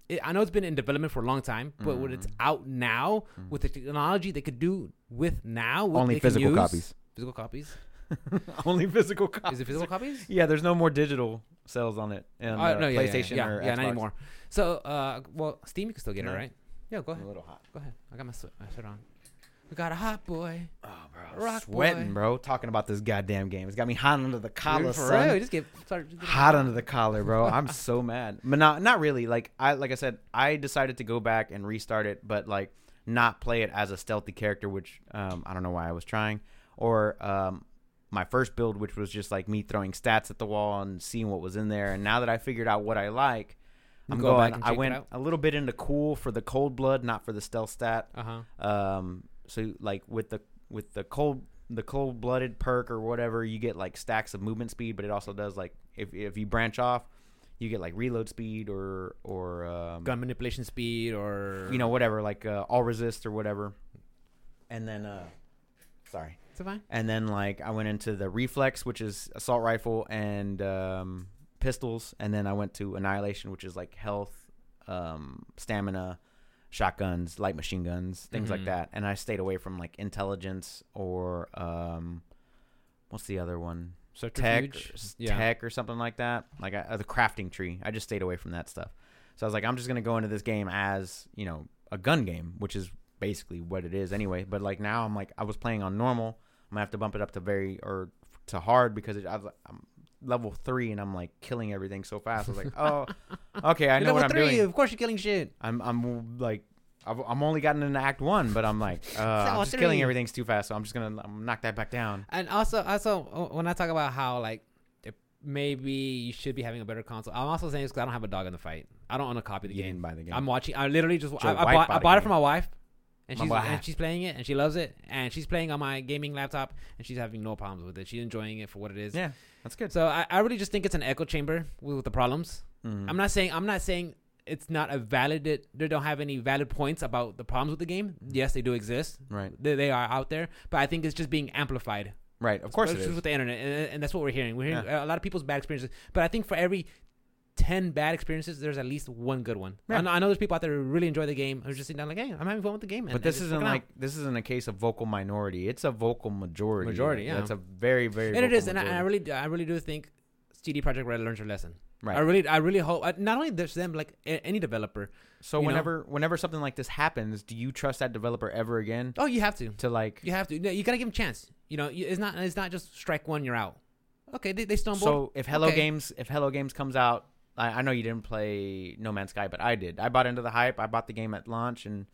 S1: It, I know it's been in development for a long time, but when it's
S2: Mhm.
S1: out now
S2: Mhm.
S1: with the technology they could do with now, what
S2: only
S1: they can
S2: physical
S1: use-
S2: copies.
S1: Physical copies.
S2: only physical copies.
S1: Is it physical copies?
S2: Yeah, there's no more digital sales on it. And,
S1: Oh,
S2: uh,
S1: no, yeah, yeah,
S2: PlayStation
S1: yeah,
S2: or
S1: yeah, not
S2: Xbox.
S1: anymore. So, uh, well, Steam, you can still get it,
S2: No.
S1: right? Yeah, go
S2: A
S1: ahead.
S2: little hot.
S1: Go ahead. I got my sweat, my sweat on. We got a hot boy.
S2: Oh, bro,
S1: Rock
S2: sweating,
S1: boy.
S2: bro. Talking about this goddamn game. It's got me hot under the collar,
S1: Dude, for
S2: son.
S1: real, you just get started. just get-
S2: hot under the collar, bro. I'm so mad. But not not really. Like I like I said, I decided to go back and restart it, but like not play it as a stealthy character, which um, I don't know why I was trying, or um, my first build, which was just like me throwing stats at the wall and seeing what was in there. And now that I figured out what I like,
S1: You
S2: I'm
S1: go back
S2: going.
S1: and
S2: I
S1: check it
S2: went
S1: out?
S2: a little bit into cool for the cold blood, not for the stealth stat.
S1: Uh-huh.
S2: Um, so like with the with the cold the cold blooded perk or whatever, you get like stacks of movement speed, but it also does like if if you branch off, you get like reload speed or or um,
S1: Gun manipulation speed or...
S2: you know whatever like uh, all resist or whatever. And then uh, sorry.
S1: It's fine.
S2: And then like I went into the reflex, which is assault rifle and um, pistols, and then I went to annihilation, which is like health, um, stamina, shotguns, light machine guns, things
S1: Mhm.
S2: like that. And I stayed away from like intelligence or um, what's the other one?
S1: So
S2: Tech, or, s- tech or something like that. Like I, uh, the crafting tree. I just stayed away from that stuff. So I was like, I'm just gonna go into this game as you know a gun game, which is basically what it is anyway. But like now, I'm like I was playing on normal. I'm gonna have to bump it up to very or to hard because it, I was, I'm level three and I'm like killing everything so fast. I was like, oh, okay, I know what I'm
S1: three,
S2: doing.
S1: Of course you're killing shit.
S2: I'm I'm like. I've, I'm only gotten into Act One, but I'm like, uh, I'm
S1: Level
S2: just killing
S1: three.
S2: everything's too fast, so I'm just gonna I'm knock that back down.
S1: And also, also uh, when I talk about how, like, it- maybe you should be having a better console, I'm also saying this because I don't have a dog in the fight. I don't own a copy of the
S2: You
S1: game.
S2: didn't buy the game.
S1: I'm watching. I literally just. I,
S2: Your
S1: I
S2: wife
S1: bought.
S2: bought
S1: I
S2: a
S1: bought it
S2: game.
S1: for my wife, and
S2: My
S1: she's
S2: wife.
S1: and she's playing it, and she loves it, and she's playing on my gaming laptop, and she's having no problems with it. She's enjoying it for what it is.
S2: yeah, that's good.
S1: So I, I really just think it's an echo chamber with, with the problems.
S2: Mhm.
S1: I'm not saying I'm not saying it's not a valid. It, they don't have any valid points about the problems with the game. Yes, they do exist.
S2: right,
S1: They, they are out there, but I think it's just being amplified.
S2: right. Of course it
S1: Especially
S2: is.
S1: with the internet, and, and that's what we're hearing. We're hearing a lot of people's bad experiences, but I think for every ten bad experiences, there's at least one good one.
S2: Yeah.
S1: I, know, I know there's people out there who really enjoy the game who's just sitting down like, hey, I'm having fun with the game. and-
S2: But this
S1: and it's
S2: isn't
S1: fucking out.
S2: like this isn't a case of vocal minority. It's a vocal majority.
S1: Majority, yeah.
S2: That's a very very.
S1: and it
S2: vocal
S1: is, and I, and I
S2: majority.
S1: really, do- I really do think CD Projekt Red learned her lesson.
S2: Right.
S1: I really, I really hope. I, not only there's them, like a, any developer.
S2: so
S1: you know-
S2: whenever whenever something like this happens, do you trust that developer ever again
S1: Oh, you have to,
S2: to like?
S1: you have to. No, you gotta give them a chance. You know, you, it's not, it's not just strike one, you're out. Okay, they, they stumbled.
S2: So if Hello
S1: Okay.
S2: Games if Hello Games comes out, I, I know you didn't play No Man's Sky, but I did. I bought into the hype. I bought the game at launch and.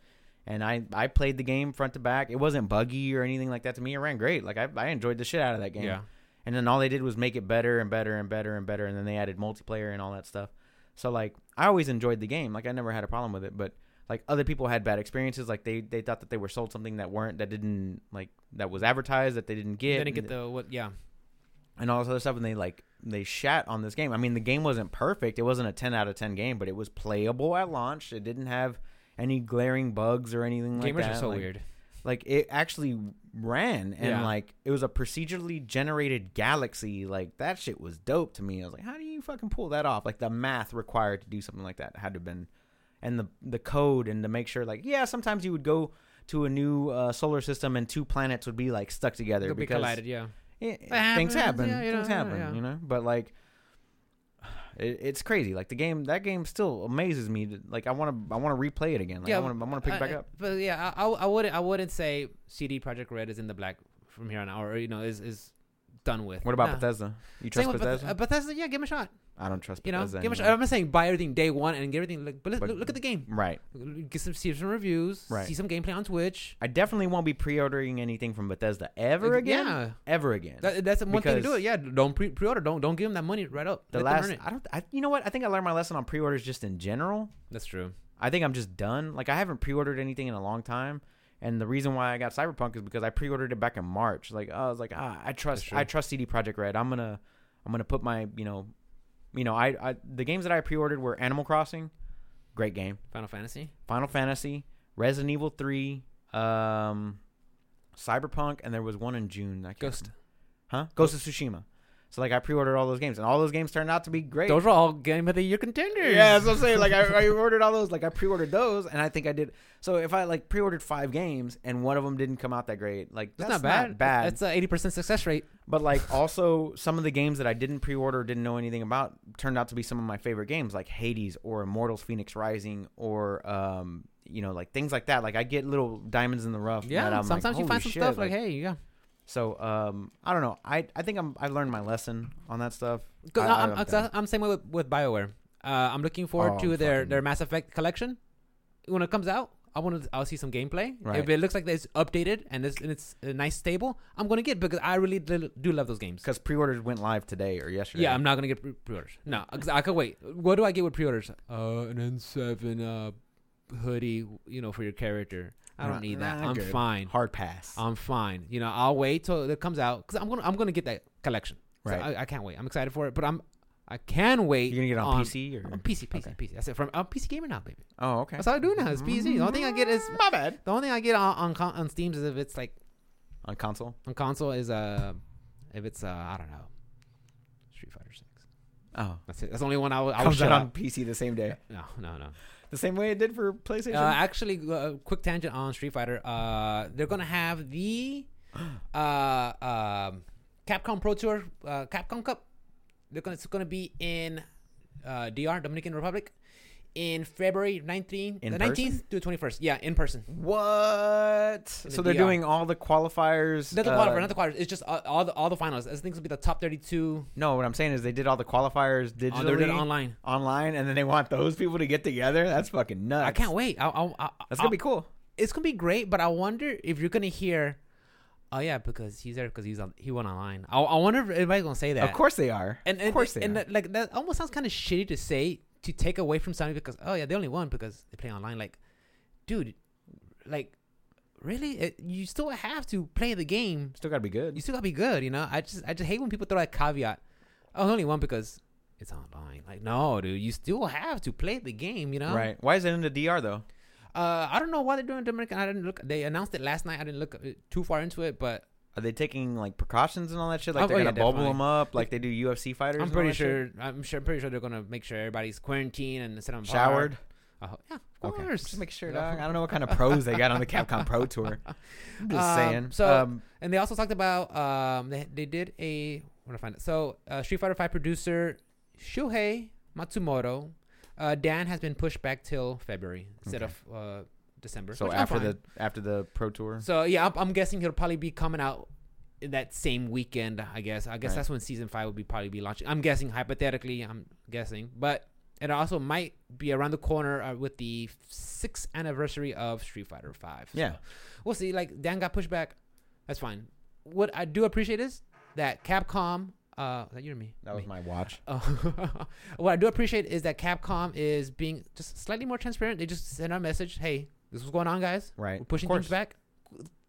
S2: And I, I played the game front to back. It wasn't buggy or anything like that to me. It ran great. Like I, I enjoyed the shit out of that game.
S1: yeah,
S2: And then all they did was make it better and better and better and better. And then they added multiplayer and all that stuff. So like I always enjoyed the game. Like I never had a problem with it. But like other people had bad experiences. Like they they thought that they were sold something that weren't that didn't like that was advertised that they didn't get.
S1: they didn't get
S2: and,
S1: the what? Yeah,
S2: and all this other stuff. And they like they shat on this game. I mean the game wasn't perfect. It wasn't a ten out of ten game, but it was playable at launch. It didn't have any glaring bugs or anything like
S1: gamers
S2: that.
S1: are so
S2: Like,
S1: weird.
S2: like it actually ran and
S1: Yeah.
S2: like it was a procedurally generated galaxy like that shit was dope to me i was like how do you fucking pull that off like the math required to do something like that had to have been and the the code and to make sure like yeah sometimes you would go to a new uh, solar system and two planets would be like stuck together
S1: Could be
S2: because
S1: collided, yeah.
S2: it,
S1: That
S2: things
S1: happens,
S2: happen.
S1: yeah, you
S2: things
S1: know,
S2: happen.
S1: yeah.
S2: You know, but like, it, it's crazy. Like the game, that game still amazes me. to- Like I want to, I want to replay it again. Like, I want to, I want to pick it back
S1: I-
S2: up.
S1: uh, But yeah, I, I, I wouldn't I wouldn't say CD Project Red is in the black from here on out, or you know, is is done with.
S2: What about
S1: uh, Nah.
S2: Bethesda?
S1: Same
S2: You trust
S1: with Beth-
S2: Bethesda?
S1: uh, Bethesda, yeah, give him a shot.
S2: I don't trust
S1: You know,
S2: Bethesda.
S1: give him a shot.
S2: anymore.
S1: I'm not saying buy everything day one and get everything, like, but, let's
S2: But-
S1: look, look at the game.
S2: Right.
S1: Get some see some reviews,
S2: Right.
S1: see some gameplay on Twitch.
S2: I definitely won't be pre-ordering anything from Bethesda ever
S1: Like,
S2: again.
S1: Yeah,
S2: Ever again.
S1: that, that's the one thing to do
S2: Because-
S1: it. Yeah, don't pre pre order. Don't don't give them that money right up.
S2: the
S1: Let them
S2: last,
S1: earn it.
S2: I don't. I, you know what? I think I learned my lesson on pre-orders just in general.
S1: That's true.
S2: I think I'm just done. Like I haven't pre-ordered anything in a long time, and the reason why I got Cyberpunk is because I pre-ordered it back in March. Like I was like, ah, I
S1: That's
S2: trust,
S1: true.
S2: I trust CD Project Red. I'm gonna, I'm gonna put my, you know, you know, I, I the games that I pre-ordered were Animal Crossing, great game,
S1: Final Fantasy.
S2: Final Fantasy, Resident Evil Three, um, Cyberpunk, and there was one in June. I can't
S1: Ghost.
S2: remember. huh? Ghost of Tsushima. So like I pre-ordered all those games, and all those games turned out to be great.
S1: Those are all game of the year contenders.
S2: Yeah, that's what I'm saying. Like I, I ordered all those. Like I pre-ordered those, and I think I did. So if I like pre-ordered five games and one of them didn't come out that great, like
S1: That's
S2: that's,
S1: not bad.
S2: bad.
S1: That's a eighty percent success rate.
S2: but like also some of the games that I didn't pre-order, didn't know anything about, turned out to be some of my favorite games, like Hades or Immortals: Phoenix Rising, or um, you know, like things like that. Like I get little diamonds in the rough. that
S1: Yeah,
S2: I'm like,
S1: sometimes you
S2: "Holy
S1: find some
S2: shit,"
S1: stuff like, hey, yeah.
S2: So um, I don't know. I I think I'm I learned my lesson on that stuff.
S1: Go-
S2: I-
S1: no,
S2: I-
S1: I'm,
S2: I'm
S1: I'm,
S2: done.
S1: I'm same way with, with Bioware. Uh, I'm looking forward
S2: Oh,
S1: to their,
S2: fucking-
S1: their Mass Effect collection. When it comes out, I want to I'll see some gameplay. If
S2: Right.
S1: it looks like it's updated and it's and it's a nice stable, I'm gonna get because I really do do love those games.
S2: Because pre-orders went live today or yesterday.
S1: Yeah, I'm not gonna get pre- pre-orders. No, 'cause I could wait. What do I get with pre-orders? Uh, an N7 uh, hoodie, you know, for your character. I don't
S2: Nah,
S1: need that.
S2: nah,
S1: I'm
S2: good.
S1: fine.
S2: hard pass.
S1: I'm fine. You know, I'll wait till it comes out because I'm gonna I'm gonna get that collection. So
S2: Right.
S1: I, I can't wait. I'm excited for it, but I'm I can wait.
S2: You're gonna get it on, PC or
S1: On PC, PC,
S2: Okay.
S1: PC. That's it. From I'm a PC gamer now, baby.
S2: oh okay. Mm-hmm.
S1: That's all I do now. It's PC. The only thing I get is
S2: my bad
S1: the only thing I get on on, con- on Steam is if it's like
S2: on console.
S1: on console is uh if it's uh I don't know Street Fighter Six.
S2: Oh,
S1: That's it. That's the only one I will. I will
S2: comes
S1: shut
S2: out on
S1: on.
S2: PC the same day,
S1: No, no, no.
S2: the same way it did for
S1: Uh,
S2: PlayStation.
S1: actually, uh, quick tangent on Street Fighter. Uh, they're gonna have the uh, um Capcom Pro Tour, uh, Capcom Cup. They're gonna it's gonna be in uh, DR, Dominican Republic, in February 19th,
S2: In
S1: the
S2: person?
S1: 19th to the 21st. Yeah, in person.
S2: what? So they're
S1: DR.
S2: doing all the qualifiers.
S1: Not the
S2: uh,
S1: qualifier, not the qualifier. It's just all, all the all the finals. I think it'll be the top 32.
S2: no, what I'm saying is they did all the qualifiers
S1: Oh, they're
S2: digitally
S1: doing it online.
S2: online, and then they want those people to get together. That's fucking nuts.
S1: I can't wait. I, I, I,
S2: That's
S1: I-
S2: gonna be cool.
S1: it's gonna be great, but I wonder if you're gonna hear, oh yeah, because he's there because he's on he went online. I, I wonder if anybody's gonna say that.
S2: Of course they are.
S1: and, and
S2: of course they
S1: and
S2: are.
S1: that- like that almost sounds kind of shitty to say to take away from somebody because oh yeah, they only won because they play online. Like, dude, like really, it, you still have to play the game.
S2: Still gotta be good.
S1: You still gotta be good. You know, I just I just hate when people throw that caveat. Oh, they only won because it's online. Like, no, dude, you still have to play the game. You know,
S2: Right? Why is it in the DR though?
S1: uh, I don't know why they're doing Dominican. I didn't look. They announced it last night. I didn't look uh, too far into it, but
S2: Are they taking like precautions and all that shit? Like
S1: Oh,
S2: they're
S1: oh, yeah,
S2: gonna bubble
S1: definitely.
S2: them up, like they do UFC fighters.
S1: I'm
S2: and all
S1: pretty
S2: that shit?
S1: sure. I'm sure. I'm pretty sure they're gonna make sure everybody's quarantined and set them apart.
S2: showered.
S1: Uh, yeah, of
S2: Okay.
S1: course.
S2: Just make sure,
S1: Yeah.
S2: dog. I don't know what kind of pros they got on the Capcom Pro Tour. I'm just
S1: Um,
S2: saying.
S1: so-
S2: um,
S1: And they also talked about um they they did a where to find it. So uh, Street Fighter Five producer Shuhei Matsumoto, uh, Dan has been pushed back till February instead
S2: Okay.
S1: of uh, December.
S2: so
S1: which I'm
S2: after
S1: fine.
S2: the after the Pro Tour,
S1: So yeah, I'm, I'm guessing he'll probably be coming out in that same weekend. I guess. I guess
S2: Right.
S1: that's when season five would be probably be launching. I'm guessing hypothetically. I'm guessing, but it also might be around the corner uh, with the sixth anniversary of Street Fighter Five. So
S2: yeah,
S1: we'll see. Like Dan got pushed back. That's fine. What I do appreciate is that Capcom. Uh, is that you or me?
S2: that was
S1: Me.
S2: my watch.
S1: Oh. what I do appreciate is that Capcom is being just slightly more transparent. They just send out a message, "Hey, this is what's going on, guys.
S2: Right,
S1: We're pushing
S2: of course.
S1: things back."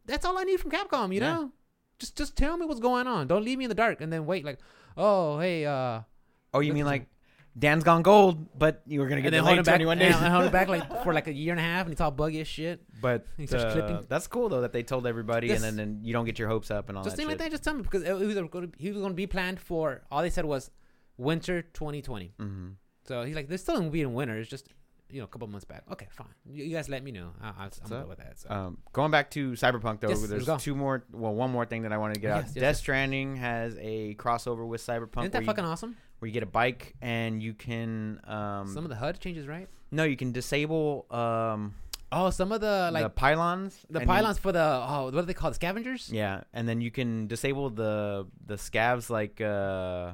S1: That's all I need from Capcom, you
S2: Yeah.
S1: know. Just just tell me what's going on. Don't leave me in the dark and then wait like, "Oh, hey, uh,"
S2: Oh, you mean like Dan's gone gold, but you were gonna
S1: and
S2: get
S1: then hold
S2: delayed
S1: it back,
S2: 21
S1: and,
S2: days.
S1: and hold it back like for like a year and a half, and it's all buggy as shit.
S2: but
S1: He starts
S2: uh,
S1: clipping.
S2: that's cool though that they told everybody,
S1: Yes.
S2: and then, then you don't get your hopes up and all
S1: just
S2: Oh, that.
S1: thing like
S2: shit.
S1: that. Just tell me because it was going to, he was going to be planned for. All they said was winter 2020.
S2: hmm
S1: So he's like, "There's still gonna be in winter. It's just you know, a couple months back. Okay, fine. You, you guys let me know. I, I, I'm
S2: up?
S1: good with that. So.
S2: Um, going back to Cyberpunk though,
S1: Yes, let's
S2: there's
S1: go.
S2: two more. Well, one more thing that I wanted to get out.
S1: Yes, yes,
S2: Death
S1: yes.
S2: Stranding has a crossover with Cyberpunk.
S1: Isn't that
S2: where,
S1: fucking
S2: you,
S1: awesome?
S2: where you get a bike and you can um,
S1: some of the HUD changes, right?
S2: no, you can disable um,
S1: Oh, some of the
S2: the
S1: like
S2: pylons.
S1: the,
S2: and-
S1: pylons for the oh, what do they call the scavengers?
S2: Yeah, and then you can disable the the scavs like uh,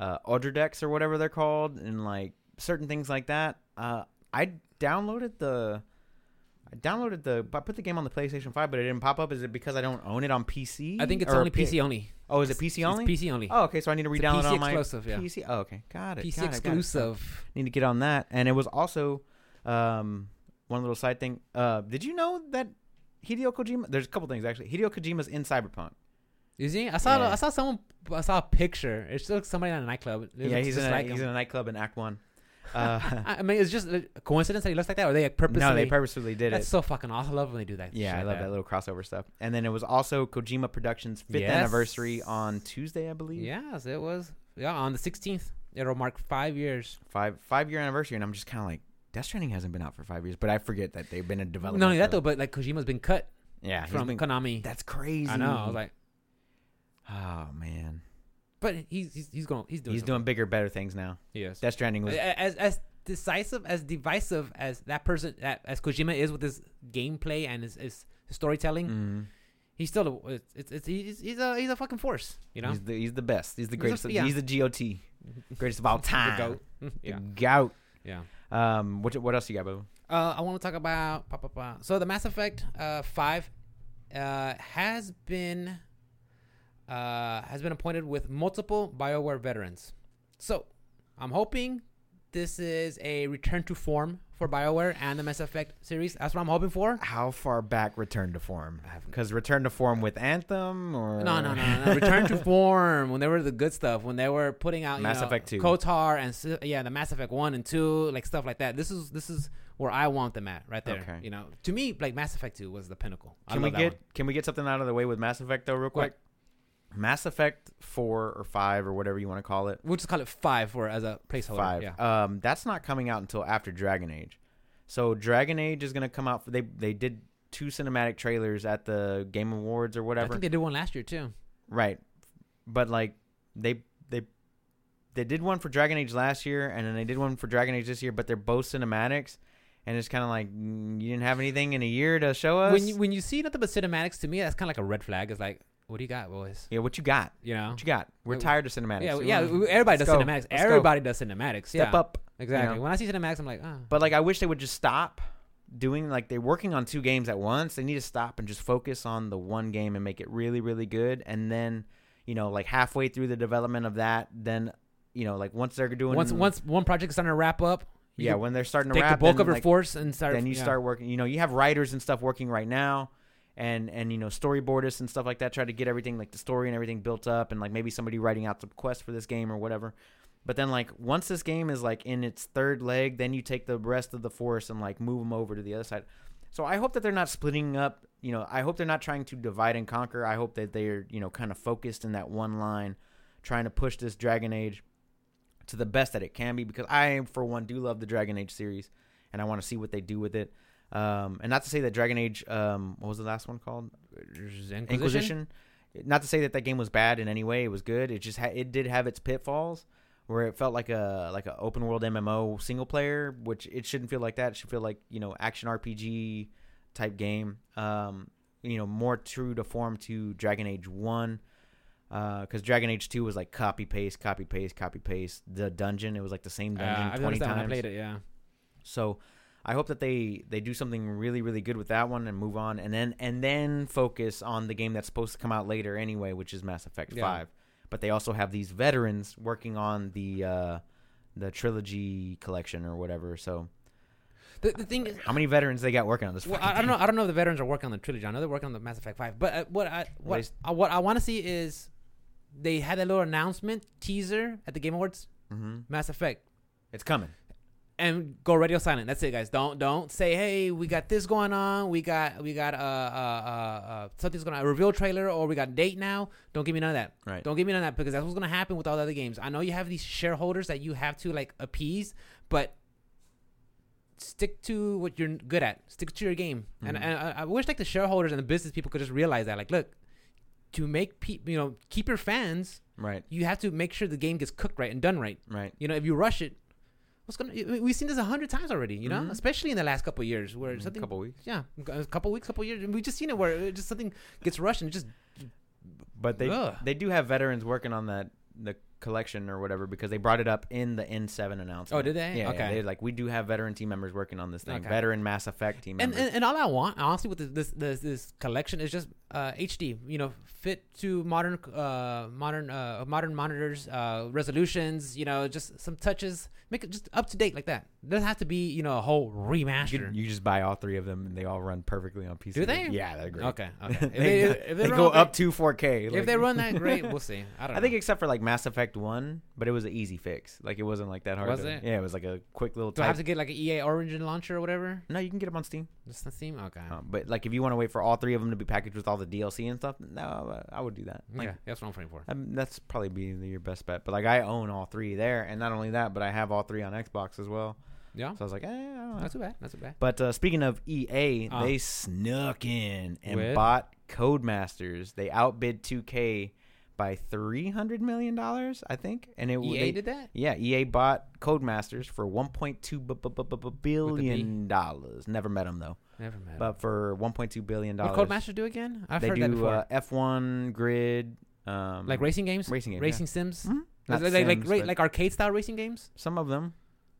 S2: uh, Audra decks or whatever they're called, and like certain things like that. Uh, I downloaded the. I downloaded the. I put the game on the PlayStation Five, but it didn't pop up. Is it because I don't own it on PC?
S1: I think it's
S2: Or
S1: only
S2: P-
S1: PC only.
S2: Oh, is it PC only?
S1: It's PC only.
S2: Oh, okay. So I need to
S1: It's a
S2: re-download
S1: PC
S2: on my
S1: exclusive, yeah.
S2: PC. Oh, okay. Got it.
S1: PC
S2: got it, got it, got it.
S1: exclusive.
S2: Need to get on that. And it was also um, one little side thing. Uh, did you know that Hideo Kojima? There's a couple things actually. Hideo Kojima's in Cyberpunk.
S1: You see, I saw
S2: Yeah.
S1: I saw someone I saw a picture. It looks somebody in a nightclub. It
S2: yeah,
S1: looks
S2: he's
S1: just
S2: in a,
S1: like
S2: he's
S1: him.
S2: in a nightclub in Act One. Uh,
S1: I I mean, it's just a coincidence that he looks like that, or they like, purposely.
S2: no, they purposely did
S1: That's
S2: it.
S1: so fucking awesome. I love when they do that.
S2: Yeah,
S1: shit
S2: I
S1: like
S2: love that little crossover stuff. And then it was also Kojima Productions' fifth
S1: Yes.
S2: anniversary on Tuesday, I believe.
S1: Yes, it was. Yeah, on the 16th, it'll mark five years.
S2: Five five year anniversary, and I'm just kind of like, Death Stranding hasn't been out for five years, but I forget that they've been in
S1: Not
S2: development.
S1: only that
S2: for-
S1: though, but like Kojima's been cut
S2: yeah, he's
S1: from
S2: been-
S1: Konami.
S2: that's crazy.
S1: I know. I was like,
S2: oh man,
S1: but he's he's, he's going. He's doing.
S2: he's
S1: something.
S2: doing bigger, better things now.
S1: Yes.
S2: Death Stranding was
S1: As as decisive as divisive as that person that as Kojima is with his gameplay and his, his storytelling,
S2: Mhm.
S1: he's still a, it's, it's, it's he's, he's a he's a fucking force. You know.
S2: he's, the, he's the best. He's the
S1: He's a-
S2: greatest. of-
S1: yeah.
S2: He's the GOT, greatest of all time.
S1: goat.
S2: The
S1: yeah.
S2: goat.
S1: Yeah.
S2: Um, what what else you got, boo?
S1: Uh, I want to talk about pa, pa, pa. so the Mass Effect uh, Five uh, has been uh, has been appointed with multiple Bioware veterans. So I'm hoping this is a return to form for Bioware and the Mass Effect series. That's what I'm hoping for.
S2: How far back Return to Form?
S1: I haven't-
S2: Because Return to Form with Anthem or
S1: No, no, no, no. Return to form when they were the good stuff, when they were putting out you
S2: Mass
S1: know,
S2: Effect 2.
S1: Kotar, and s- yeah, the Mass Effect One and Two, like stuff like that. This is this is where I want them at, right there.
S2: Okay.
S1: You know, to me, like Mass Effect Two was the pinnacle. I
S2: Can we
S1: love that
S2: get
S1: one.
S2: can we get something out of the way with Mass Effect though, real quick? Mass Effect four or five or whatever you want to call it.
S1: We'll just call it five for as a placeholder.
S2: Five.
S1: Yeah.
S2: Um, that's not coming out until after Dragon Age. So Dragon Age is gonna come out. For, they they did two cinematic trailers at the Game Awards or
S1: I
S2: whatever.
S1: think they did one last year too.
S2: Right. But like they they they did one for Dragon Age last year and then they did one for Dragon Age this year, but they're both cinematics and it's kind of like mm, you didn't have anything in a year to show us.
S1: When you, when you see nothing but cinematics, to me that's kind of like a red flag. It's like, what do you got, boys?
S2: yeah, what you got?
S1: You know.
S2: What you got? We're
S1: Yeah,
S2: tired of cinematics.
S1: Yeah,
S2: We
S1: yeah.
S2: wanna-
S1: Everybody does
S2: let's go.
S1: cinematics.
S2: Let's go.
S1: everybody does cinematics.
S2: Step
S1: yeah.
S2: up.
S1: Exactly.
S2: know?
S1: When I see cinematics, I'm like, oh.
S2: But like I wish they would just stop doing like they're working on two games at once. They need to stop and just focus on the one game and make it really really good and then, you know, like halfway through the development of that, then you know, like once they're doing
S1: once once one project is starting to wrap up, you
S2: yeah,
S1: can
S2: when they're starting to
S1: take
S2: wrap
S1: the bulk
S2: then,
S1: of your
S2: like,
S1: force and start.
S2: then you
S1: yeah.
S2: start working you know you have writers and stuff working right now and and you know storyboardists and stuff like that try to get everything like the story and everything built up and like maybe somebody writing out the quest for this game or whatever but then like once this game is like in its third leg then you take the rest of the force and like move them over to the other side so i hope that they're not splitting up you know i hope they're not trying to divide and conquer i hope that they're you know kind of focused in that one line trying to push this dragon age to the best that it can be because i for one do love the dragon age series and I want to see what they do with it. Um, and not to say that Dragon Age, um, what was the last one called?
S1: Inquisition.
S2: Inquisition. Not to say that that game was bad in any way. It was good. It just ha- it did have its pitfalls, where it felt like a like an open world MMO single player, which it shouldn't feel like that. It should feel like you know action RPG type game. Um, you know more true to form to Dragon Age One because Dragon Age Two was like copy paste, copy paste, copy paste. The dungeon it was like the same
S1: Uh,
S2: dungeon
S1: I've
S2: twenty
S1: noticed that when I
S2: times.
S1: played it. Yeah.
S2: So I hope that they they do something really really good with that one and move on and then and then focus on the game that's supposed to come out later anyway, which is Mass Effect
S1: Yeah.
S2: 5. But they also have these veterans working on the uh the trilogy collection or whatever. So
S1: The, the thing is,
S2: how many veterans they got working on this?
S1: Well,
S2: fucking
S1: I, I don't know.
S2: thing?
S1: I don't know if the veterans are working on the trilogy. I know they're working on the Mass Effect Five. But uh, what I what
S2: Release-
S1: I, what I want to see is they had a little announcement teaser at the Game Awards,
S2: Mhm.
S1: Mass Effect,
S2: It's coming.
S1: and go radio silent. That's it, guys. Don't don't say hey we got this going on. We got we got uh uh uh, uh something's gonna a reveal trailer or we got a date now. Don't give me none of that.
S2: Right.
S1: Don't give me none of that because that's what's gonna happen with all the other games. I know you have these shareholders that you have to like appease, but stick to what you're good at. Stick to your game. And,
S2: Mhm.
S1: and I, I wish like the shareholders and the business people could just realize that. Like, look, to make pe- you know keep your fans,
S2: Right.
S1: you have to make sure the game gets cooked right and done right.
S2: Right.
S1: You know, if you rush it, what's gonna? we- We've seen this a hundred times already. You know,
S2: Mhm.
S1: especially in the last couple of years where
S2: Mm,
S1: something
S2: couple weeks.
S1: yeah, a couple weeks, couple years. We just seen it where it just something gets rushed and it just
S2: But they
S1: Ugh.
S2: they do have veterans working on that the collection or whatever because they brought it up in the N7 announcement.
S1: Oh, did they?
S2: Yeah.
S1: Okay.
S2: Okay. They're like we do have veteran team members working on this thing.
S1: Okay.
S2: Veteran Mass Effect team
S1: and,
S2: members.
S1: and and all I want honestly with this this this, this collection is just uh, HD, you know, fit to modern uh, modern uh, modern monitors uh, resolutions, you know, just some touches, make it just up to date like that. Doesn't have to be you know a whole
S2: you,
S1: remaster.
S2: could- you just buy all three of them and they all run perfectly on PC.
S1: Do they?
S2: Yeah, they're great.
S1: okay, okay. If
S2: they,
S1: they, if they
S2: they
S1: run
S2: go
S1: that-
S2: up to 4K.
S1: if
S2: like-
S1: they run that great, we'll see. I don't.
S2: I think
S1: know.
S2: except for like Mass Effect One, but it was an easy fix. Like it wasn't like that hard.
S1: Was
S2: to-
S1: it?
S2: Yeah, it was like a quick little.
S1: do I
S2: Type.
S1: have to get like an EA Origin launcher or whatever?
S2: no, you can get them on Steam.
S1: Does that seem okay?
S2: Um, but like if you want to wait for all three of them to be packaged with all the DLC and stuff, no, uh, I would do that. Like,
S1: yeah, that's what I'm fighting for.
S2: um, that's probably be the- your best bet. But like I own all three there, and not only that, but I have all three on Xbox as well.
S1: Yeah,
S2: So I was like, eh, I don't know.
S1: not too bad. Not too bad.
S2: But uh, speaking of EA,
S1: Uh.
S2: they snuck in and
S1: With?
S2: bought Codemasters. They outbid 2K by 300 million dollars, I think, and it w-
S1: EA
S2: they,
S1: E did that.
S2: Yeah, EA bought Codemasters for 1.2 bu- bu- bu- bu- bu- billion dollars. Never met him though,
S1: Never mind.
S2: but for 1.2 billion
S1: what
S2: dollars.
S1: Codemasters do again? I've
S2: they
S1: heard
S2: do
S1: that before.
S2: Uh, F1 grid, um,
S1: like racing games.
S2: racing games,
S1: racing sims.
S2: Mhm. Not
S1: like, like- like
S2: Sims,
S1: ra-
S2: but-
S1: like arcade style racing games,
S2: Yeah. Some of them,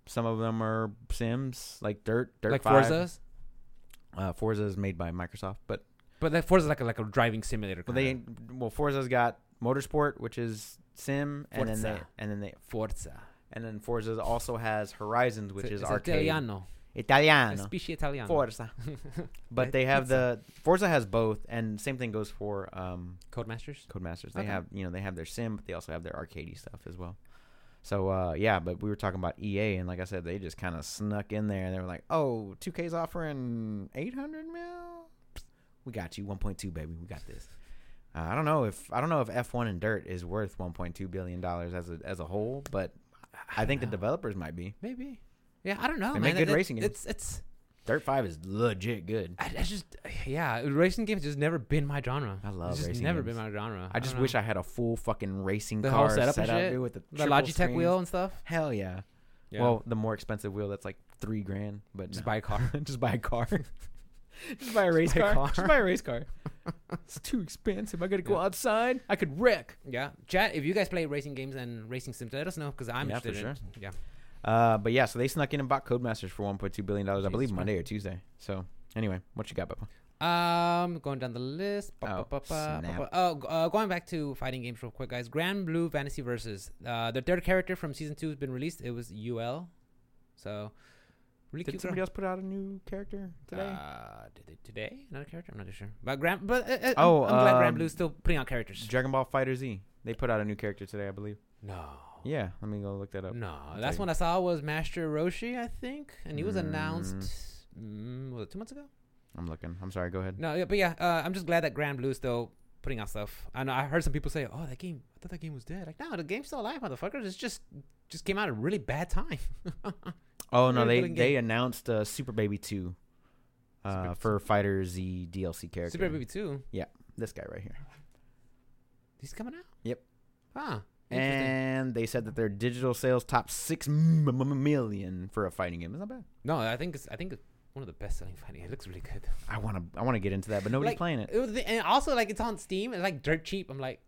S2: some of them are Sims, like Dirt, Dirt
S1: like
S2: 5.
S1: Forza's.
S2: Uh, Forza is made by Microsoft, but
S1: But like Forza's like a, like a driving simulator.
S2: well, they
S1: kinda.
S2: well Forza's got Motorsport, which is sim, and then they
S1: Forza.
S2: and then they
S1: Forza,
S2: and then Forza also has Horizons, which
S1: It's-
S2: is
S1: it's
S2: arcade.
S1: Italiano,
S2: Italiano.
S1: specie Italiano.
S2: Forza. but they have the Forza has both, and same thing goes for um,
S1: Codemasters.
S2: Codemasters. They
S1: Okay.
S2: have you know they have their sim, but they also have their arcadey stuff as well. So uh, yeah, but we were talking about EA, and like I said, they just kind of snuck in there, and they were like, "Oh, 2K's offering 800 mil. Psst, We got you 1.2, baby. We got this." Uh, I don't know if I don't know if F1 and Dirt is worth 1.2 billion dollars as a as a whole, but I, think the
S1: dunno.
S2: developers might be.
S1: Maybe. Yeah, I don't know.
S2: They
S1: man.
S2: make good
S1: It-
S2: racing games.
S1: It's it's.
S2: Dirt Five is legit good.
S1: I, I just yeah, racing games has never been my genre.
S2: I love
S1: it's just
S2: racing
S1: never
S2: games.
S1: been my genre.
S2: I just
S1: don't
S2: wish
S1: know.
S2: I had a full fucking racing
S1: The whole
S2: car
S1: setup and
S2: set up
S1: shit?
S2: dude, with the,
S1: the
S2: triple
S1: Logitech
S2: screens.
S1: wheel and stuff.
S2: Hell yeah.
S1: Yeah.
S2: Well, the more expensive wheel that's like three grand, but
S1: just
S2: no.
S1: buy a car.
S2: just buy a car. just buy a race
S1: buy a
S2: car.
S1: car.
S2: Just buy a race car. it's too expensive. I gotta go
S1: Yeah.
S2: outside. I could wreck.
S1: yeah, chat. If you guys play racing games and racing sims, let us know because I'm
S2: Yeah, for
S1: interested. in it. Yeah,
S2: Uh, but yeah, so they snuck in and bought Codemasters for one point two billion dollars, I
S1: Jesus
S2: believe,
S1: Christ.
S2: Monday or Tuesday. So anyway, what you got, Bubba?
S1: Um, going down the list. Ba-
S2: Oh,
S1: ba- ba- ba-
S2: snap.
S1: ba- ba- Oh, g- uh, going back to fighting games real quick, guys. Grand Blue Fantasy Versus. Uh, the third character from season two has been released. It was UL. So, really
S2: Did
S1: cute.
S2: somebody
S1: girl.
S2: else put out a new character today?
S1: Uh, did it today? Another character? I'm not too sure. But Grand, but uh, uh,
S2: Oh,
S1: I'm glad Grand
S2: um,
S1: Blue's still putting out characters.
S2: Dragon Ball Fighter Z. They put out a new character today, I believe.
S1: No.
S2: Yeah, let me go look that up.
S1: No,
S2: I'll
S1: last
S2: tell
S1: one I saw was Master Roshi, I think, and he was
S2: Mm.
S1: announced mm, was it two months ago?
S2: I'm looking. I'm sorry. Go ahead.
S1: No, yeah, but yeah, uh, I'm just glad that Grand Blue's still putting out stuff. I know I heard some people say, "Oh, that game, I thought that game was dead." Like, no, the game's still alive, motherfuckers. It's just just came out at a really bad time.
S2: Oh no,
S1: Very
S2: they
S1: good in
S2: they
S1: game.
S2: announced uh, Super Baby Two
S1: Super
S2: uh,
S1: Baby
S2: for Fighter Z DLC character.
S1: Super Baby Two,
S2: This guy right here.
S1: he's coming out.
S2: Yep.
S1: Ah, interesting.
S2: And they said that their digital sales top six m- m- m- million for a fighting game. It's not bad.
S1: no, I think it's I think it's one of the best selling fighting. It looks really good.
S2: I want to I want to get into that, but nobody's
S1: Like, uh,
S2: playing it.
S1: It was the, and also like it's on Steam. It's like dirt cheap. I'm like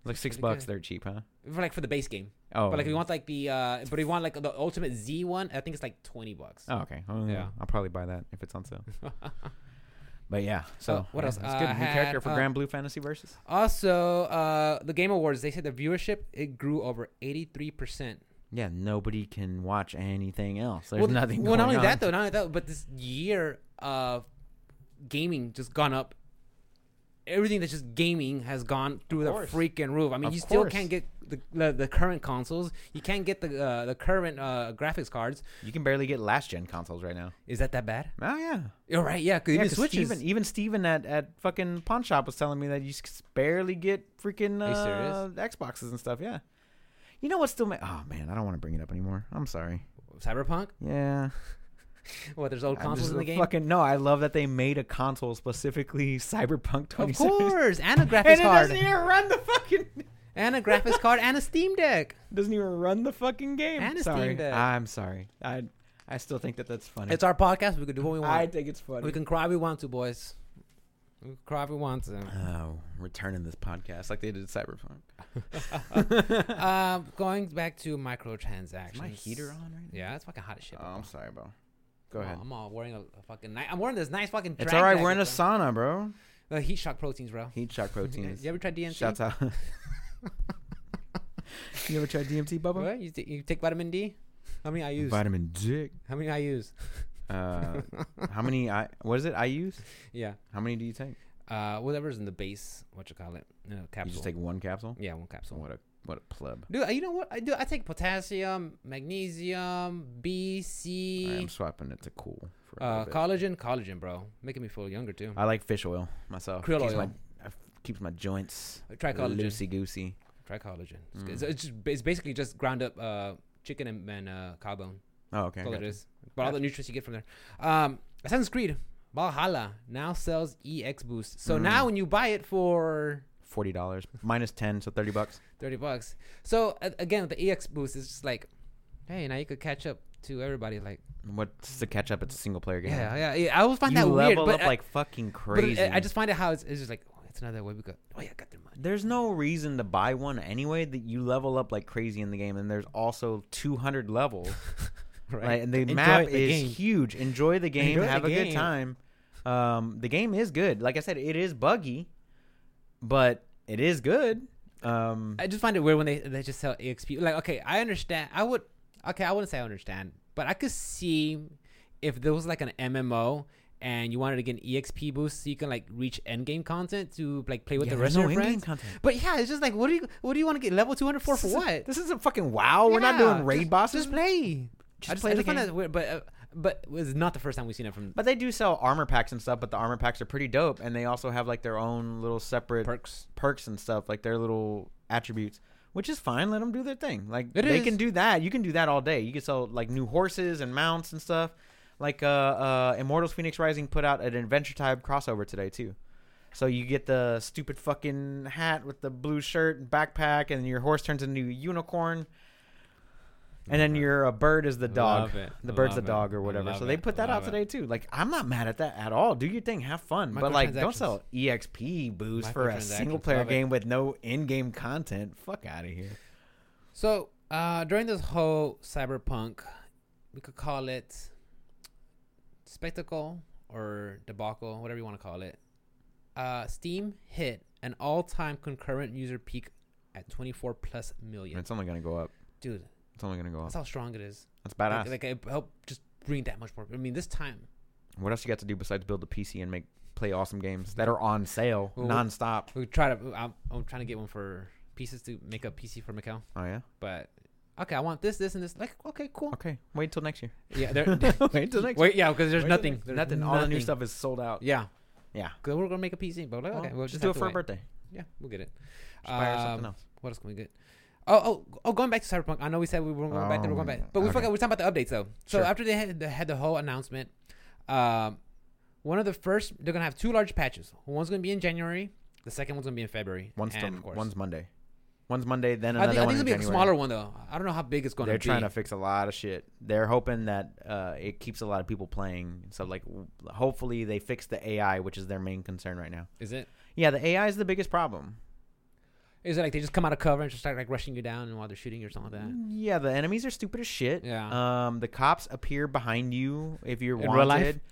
S2: It's like six
S1: pretty
S2: bucks.
S1: good.
S2: They're cheap, huh?
S1: for like for the base game.
S2: Oh,
S1: But like if you want like the uh, but if you want like the ultimate Z one, I think it's like twenty bucks.
S2: Oh, okay. Oh, yeah,
S1: Yeah.
S2: I'll probably buy that if it's on sale. But yeah, so
S1: Uh, what
S2: yeah,
S1: else?
S2: It's
S1: Uh,
S2: good.
S1: I
S2: New character
S1: had,
S2: for
S1: uh,
S2: Grand Blue Fantasy Versus.
S1: Also, uh, the Game Awards, they said the viewership it grew over eighty three percent.
S2: Yeah, nobody can watch anything else. There's
S1: Well, th-
S2: nothing.
S1: Well,
S2: going
S1: not only
S2: on.
S1: that though, not only that, but this year of gaming just gone up. Everything that's just gaming has gone through the
S2: course.
S1: freaking roof. I mean,
S2: Of
S1: you still
S2: course.
S1: can't get the, the the current consoles. You can't get the uh, the current uh, graphics cards.
S2: you can barely get last gen consoles right now.
S1: Is that that bad?
S2: Oh yeah,
S1: All right, yeah, because
S2: Yeah,
S1: even
S2: 'cause
S1: switches.
S2: Steven, even Steven at, at fucking pawn shop was telling me that you s- barely get freaking
S1: Are you
S2: uh, Xboxes and stuff. Yeah. You know what still? Ma- oh man, I don't want to bring it up anymore. I'm sorry.
S1: Cyberpunk.
S2: Yeah.
S1: what? There's old
S2: I'm
S1: consoles
S2: just
S1: in the
S2: a
S1: game.
S2: Fucking no! I love that they made a console specifically Cyberpunk
S1: Of
S2: 2077.
S1: course, and a graphics
S2: and it
S1: card,
S2: doesn't even run the fucking
S1: and a graphics card, and a Steam Deck.
S2: doesn't even run the fucking game.
S1: And a Steam
S2: sorry,
S1: Deck.
S2: I'm sorry. I I still think that that's funny.
S1: It's our podcast. We can do what we
S2: I
S1: want.
S2: think it's funny.
S1: we can cry if we want to, boys. We can cry if we want to.
S2: Oh, returning this podcast like they did Cyberpunk.
S1: um, going back to microtransactions.
S2: Is my heater on right now?
S1: Yeah, it's fucking hot as shit.
S2: Oh,
S1: bro.
S2: I'm sorry, bro. Go ahead.
S1: I'm all wearing a, a fucking. Ni- I'm wearing this nice fucking.
S2: It's
S1: drag
S2: all right.
S1: jacket,
S2: We're in
S1: bro.
S2: a sauna, bro.
S1: Uh, heat shock proteins, bro.
S2: Heat shock proteins.
S1: You ever tried DMT?
S2: Shouts out. you ever tried DMT, Bubba?
S1: What? You, t- you take vitamin D? How many I use?
S2: Vitamin Dick.
S1: How many I use?
S2: Uh, how many? I what is it? I use.
S1: Yeah.
S2: How many do you take?
S1: Uh, whatever's in the base, what you call it, you know, capsule.
S2: You just take one capsule.
S1: yeah, one capsule.
S2: What a what a pleb.
S1: Dude, uh, you know what I do? I take potassium, magnesium, B, C,
S2: I'm swapping it to cool. For a
S1: uh,
S2: little bit.
S1: collagen, collagen, bro. Making me feel younger too.
S2: I like fish oil myself.
S1: Krill
S2: keeps
S1: oil.
S2: My, uh, keeps my joints
S1: Try collagen.
S2: loosey goosey.
S1: Try collagen. It's,
S2: Mm.
S1: good. So it's, just, it's basically just ground up uh, chicken and, and uh, cow bone.
S2: Oh, okay.
S1: That's all it
S2: gotcha.
S1: is. But all the nutrients you get from there. Um, Assassin's Creed Valhalla now sells EX Boost. So
S2: Mm.
S1: now when you buy it for
S2: Forty dollars minus ten, so thirty bucks.
S1: 30 bucks. So a- again, with the EX Boost, it's just like, hey, now you could catch up to everybody. Like,
S2: What's the catch up? It's a single player game.
S1: yeah, yeah. yeah. I always find
S2: you
S1: that weird.
S2: level
S1: But,
S2: up
S1: I-
S2: like fucking
S1: but uh,
S2: crazy.
S1: I, I just find it how it's, it's just like, oh, it's another way we go. Oh, yeah, I got their money.
S2: There's no reason to buy one anyway. That you level up like crazy in the game, and there's also 200 levels.
S1: Right.
S2: Like, and the
S1: Enjoy
S2: map
S1: the
S2: is
S1: game.
S2: huge. Enjoy the game.
S1: Enjoy the
S2: have a
S1: game.
S2: good time. Um, the game is good. Like I said, it is buggy, but it is good. Um,
S1: I just find it weird when they they just sell EXP. Like, okay, I understand. I would okay, I wouldn't say I understand, but I could see if there was like an MMO and you wanted to get an EXP boost so you can like reach end game content to like play with
S2: yeah,
S1: the
S2: there's
S1: rest
S2: no
S1: of your
S2: in-game
S1: friends.
S2: content.
S1: But yeah, it's just like what do you what do you want to get level two hundred four for
S2: This isn't-
S1: what?
S2: This isn't fucking WoW. We're not doing
S1: Yeah,
S2: raid
S1: just-
S2: bosses.
S1: Just play.
S2: Just
S1: I just,
S2: play
S1: I
S2: the
S1: just find
S2: game.
S1: that weird, but uh, but it was not the first time we've seen it from
S2: But they do sell armor packs and stuff, but the armor packs are pretty dope, and they also have like their own little separate
S1: perks.
S2: perks and stuff, like their little attributes, which is fine. Let them do their thing. Like
S1: It
S2: they
S1: is.
S2: can do that. You can do that all day. You can sell like new horses and mounts and stuff. Like uh, uh, Immortals: Phoenix Rising put out an Adventure Time crossover today too. So you get the stupid fucking hat with the blue shirt and backpack, and your horse turns into a unicorn. And then your uh, bird is the dog.
S1: Love it.
S2: The bird's the
S1: Love it.
S2: dog or
S1: I
S2: whatever.
S1: love
S2: So they
S1: it.
S2: put that out
S1: Love it.
S2: today too. Like I'm not mad at that at all. Do your thing, have fun, but like don't
S1: Microtransactions.
S2: sell E EXP boost for a
S1: Microtransactions,
S2: single player
S1: love it.
S2: game with no in-game content. Fuck out of here.
S1: So uh, during this whole cyberpunk, we could call it spectacle or debacle, whatever you want to call it. Uh, Steam hit an all-time concurrent user peak at 24 plus million.
S2: It's only gonna go up.
S1: Dude,
S2: It's only gonna go
S1: that's
S2: up.
S1: how strong it is.
S2: That's
S1: Like,
S2: badass.
S1: like it helped just bring that much more. I mean, this time
S2: what else you got to do besides build a PC and make play awesome games that are on sale
S1: Well, we-
S2: nonstop?
S1: we try to. I'm, I'm trying to get one for pieces to make a PC for Mikkel,
S2: Oh yeah.
S1: but okay, I want this, this, and this. Like, okay, cool.
S2: Okay. Wait till next year.
S1: Yeah, there,
S2: Wait till next.
S1: wait, yeah, because there's
S2: wait till
S1: nothing,
S2: next-
S1: there's
S2: nothing. All the new
S1: nothing.
S2: stuff is sold out.
S1: Yeah.
S2: Yeah.
S1: Good, we're gonna make a PC, but we're like,
S2: Well,
S1: okay, we'll
S2: just
S1: just
S2: do it
S1: have
S2: for
S1: to
S2: a
S1: wait.
S2: birthday.
S1: Yeah, we'll get it.
S2: Just buy her
S1: Um,
S2: something else.
S1: What else can we get? Oh, oh, oh! Going back to Cyberpunk, I know we said we weren't going back there. We're going
S2: Um,
S1: back, but we
S2: okay.
S1: forgot. We were talking about the updates though. So
S2: Sure.
S1: after they had, they had the whole announcement, um, one of the first they're gonna have two large patches. One's gonna be in January. The second one's gonna be in February.
S2: One's
S1: and,
S2: tom-
S1: of course-
S2: one's Monday. One's Monday. Then
S1: I
S2: another
S1: think, I
S2: one
S1: think
S2: in
S1: it'll be a
S2: January.
S1: smaller one though. I don't know how big it's gonna
S2: They're
S1: be.
S2: trying to fix a lot of shit. They're hoping that uh, it keeps a lot of people playing. So like, w- hopefully they fix the AI, which is their main concern right now.
S1: Is it?
S2: Yeah, the AI is the biggest problem.
S1: Is it like they just come out of cover and just start like rushing you down and while they're shooting you or something like that?
S2: Yeah, the enemies are stupid as shit.
S1: Yeah.
S2: Um, the cops appear behind you if you're
S1: In
S2: wanted.
S1: real life?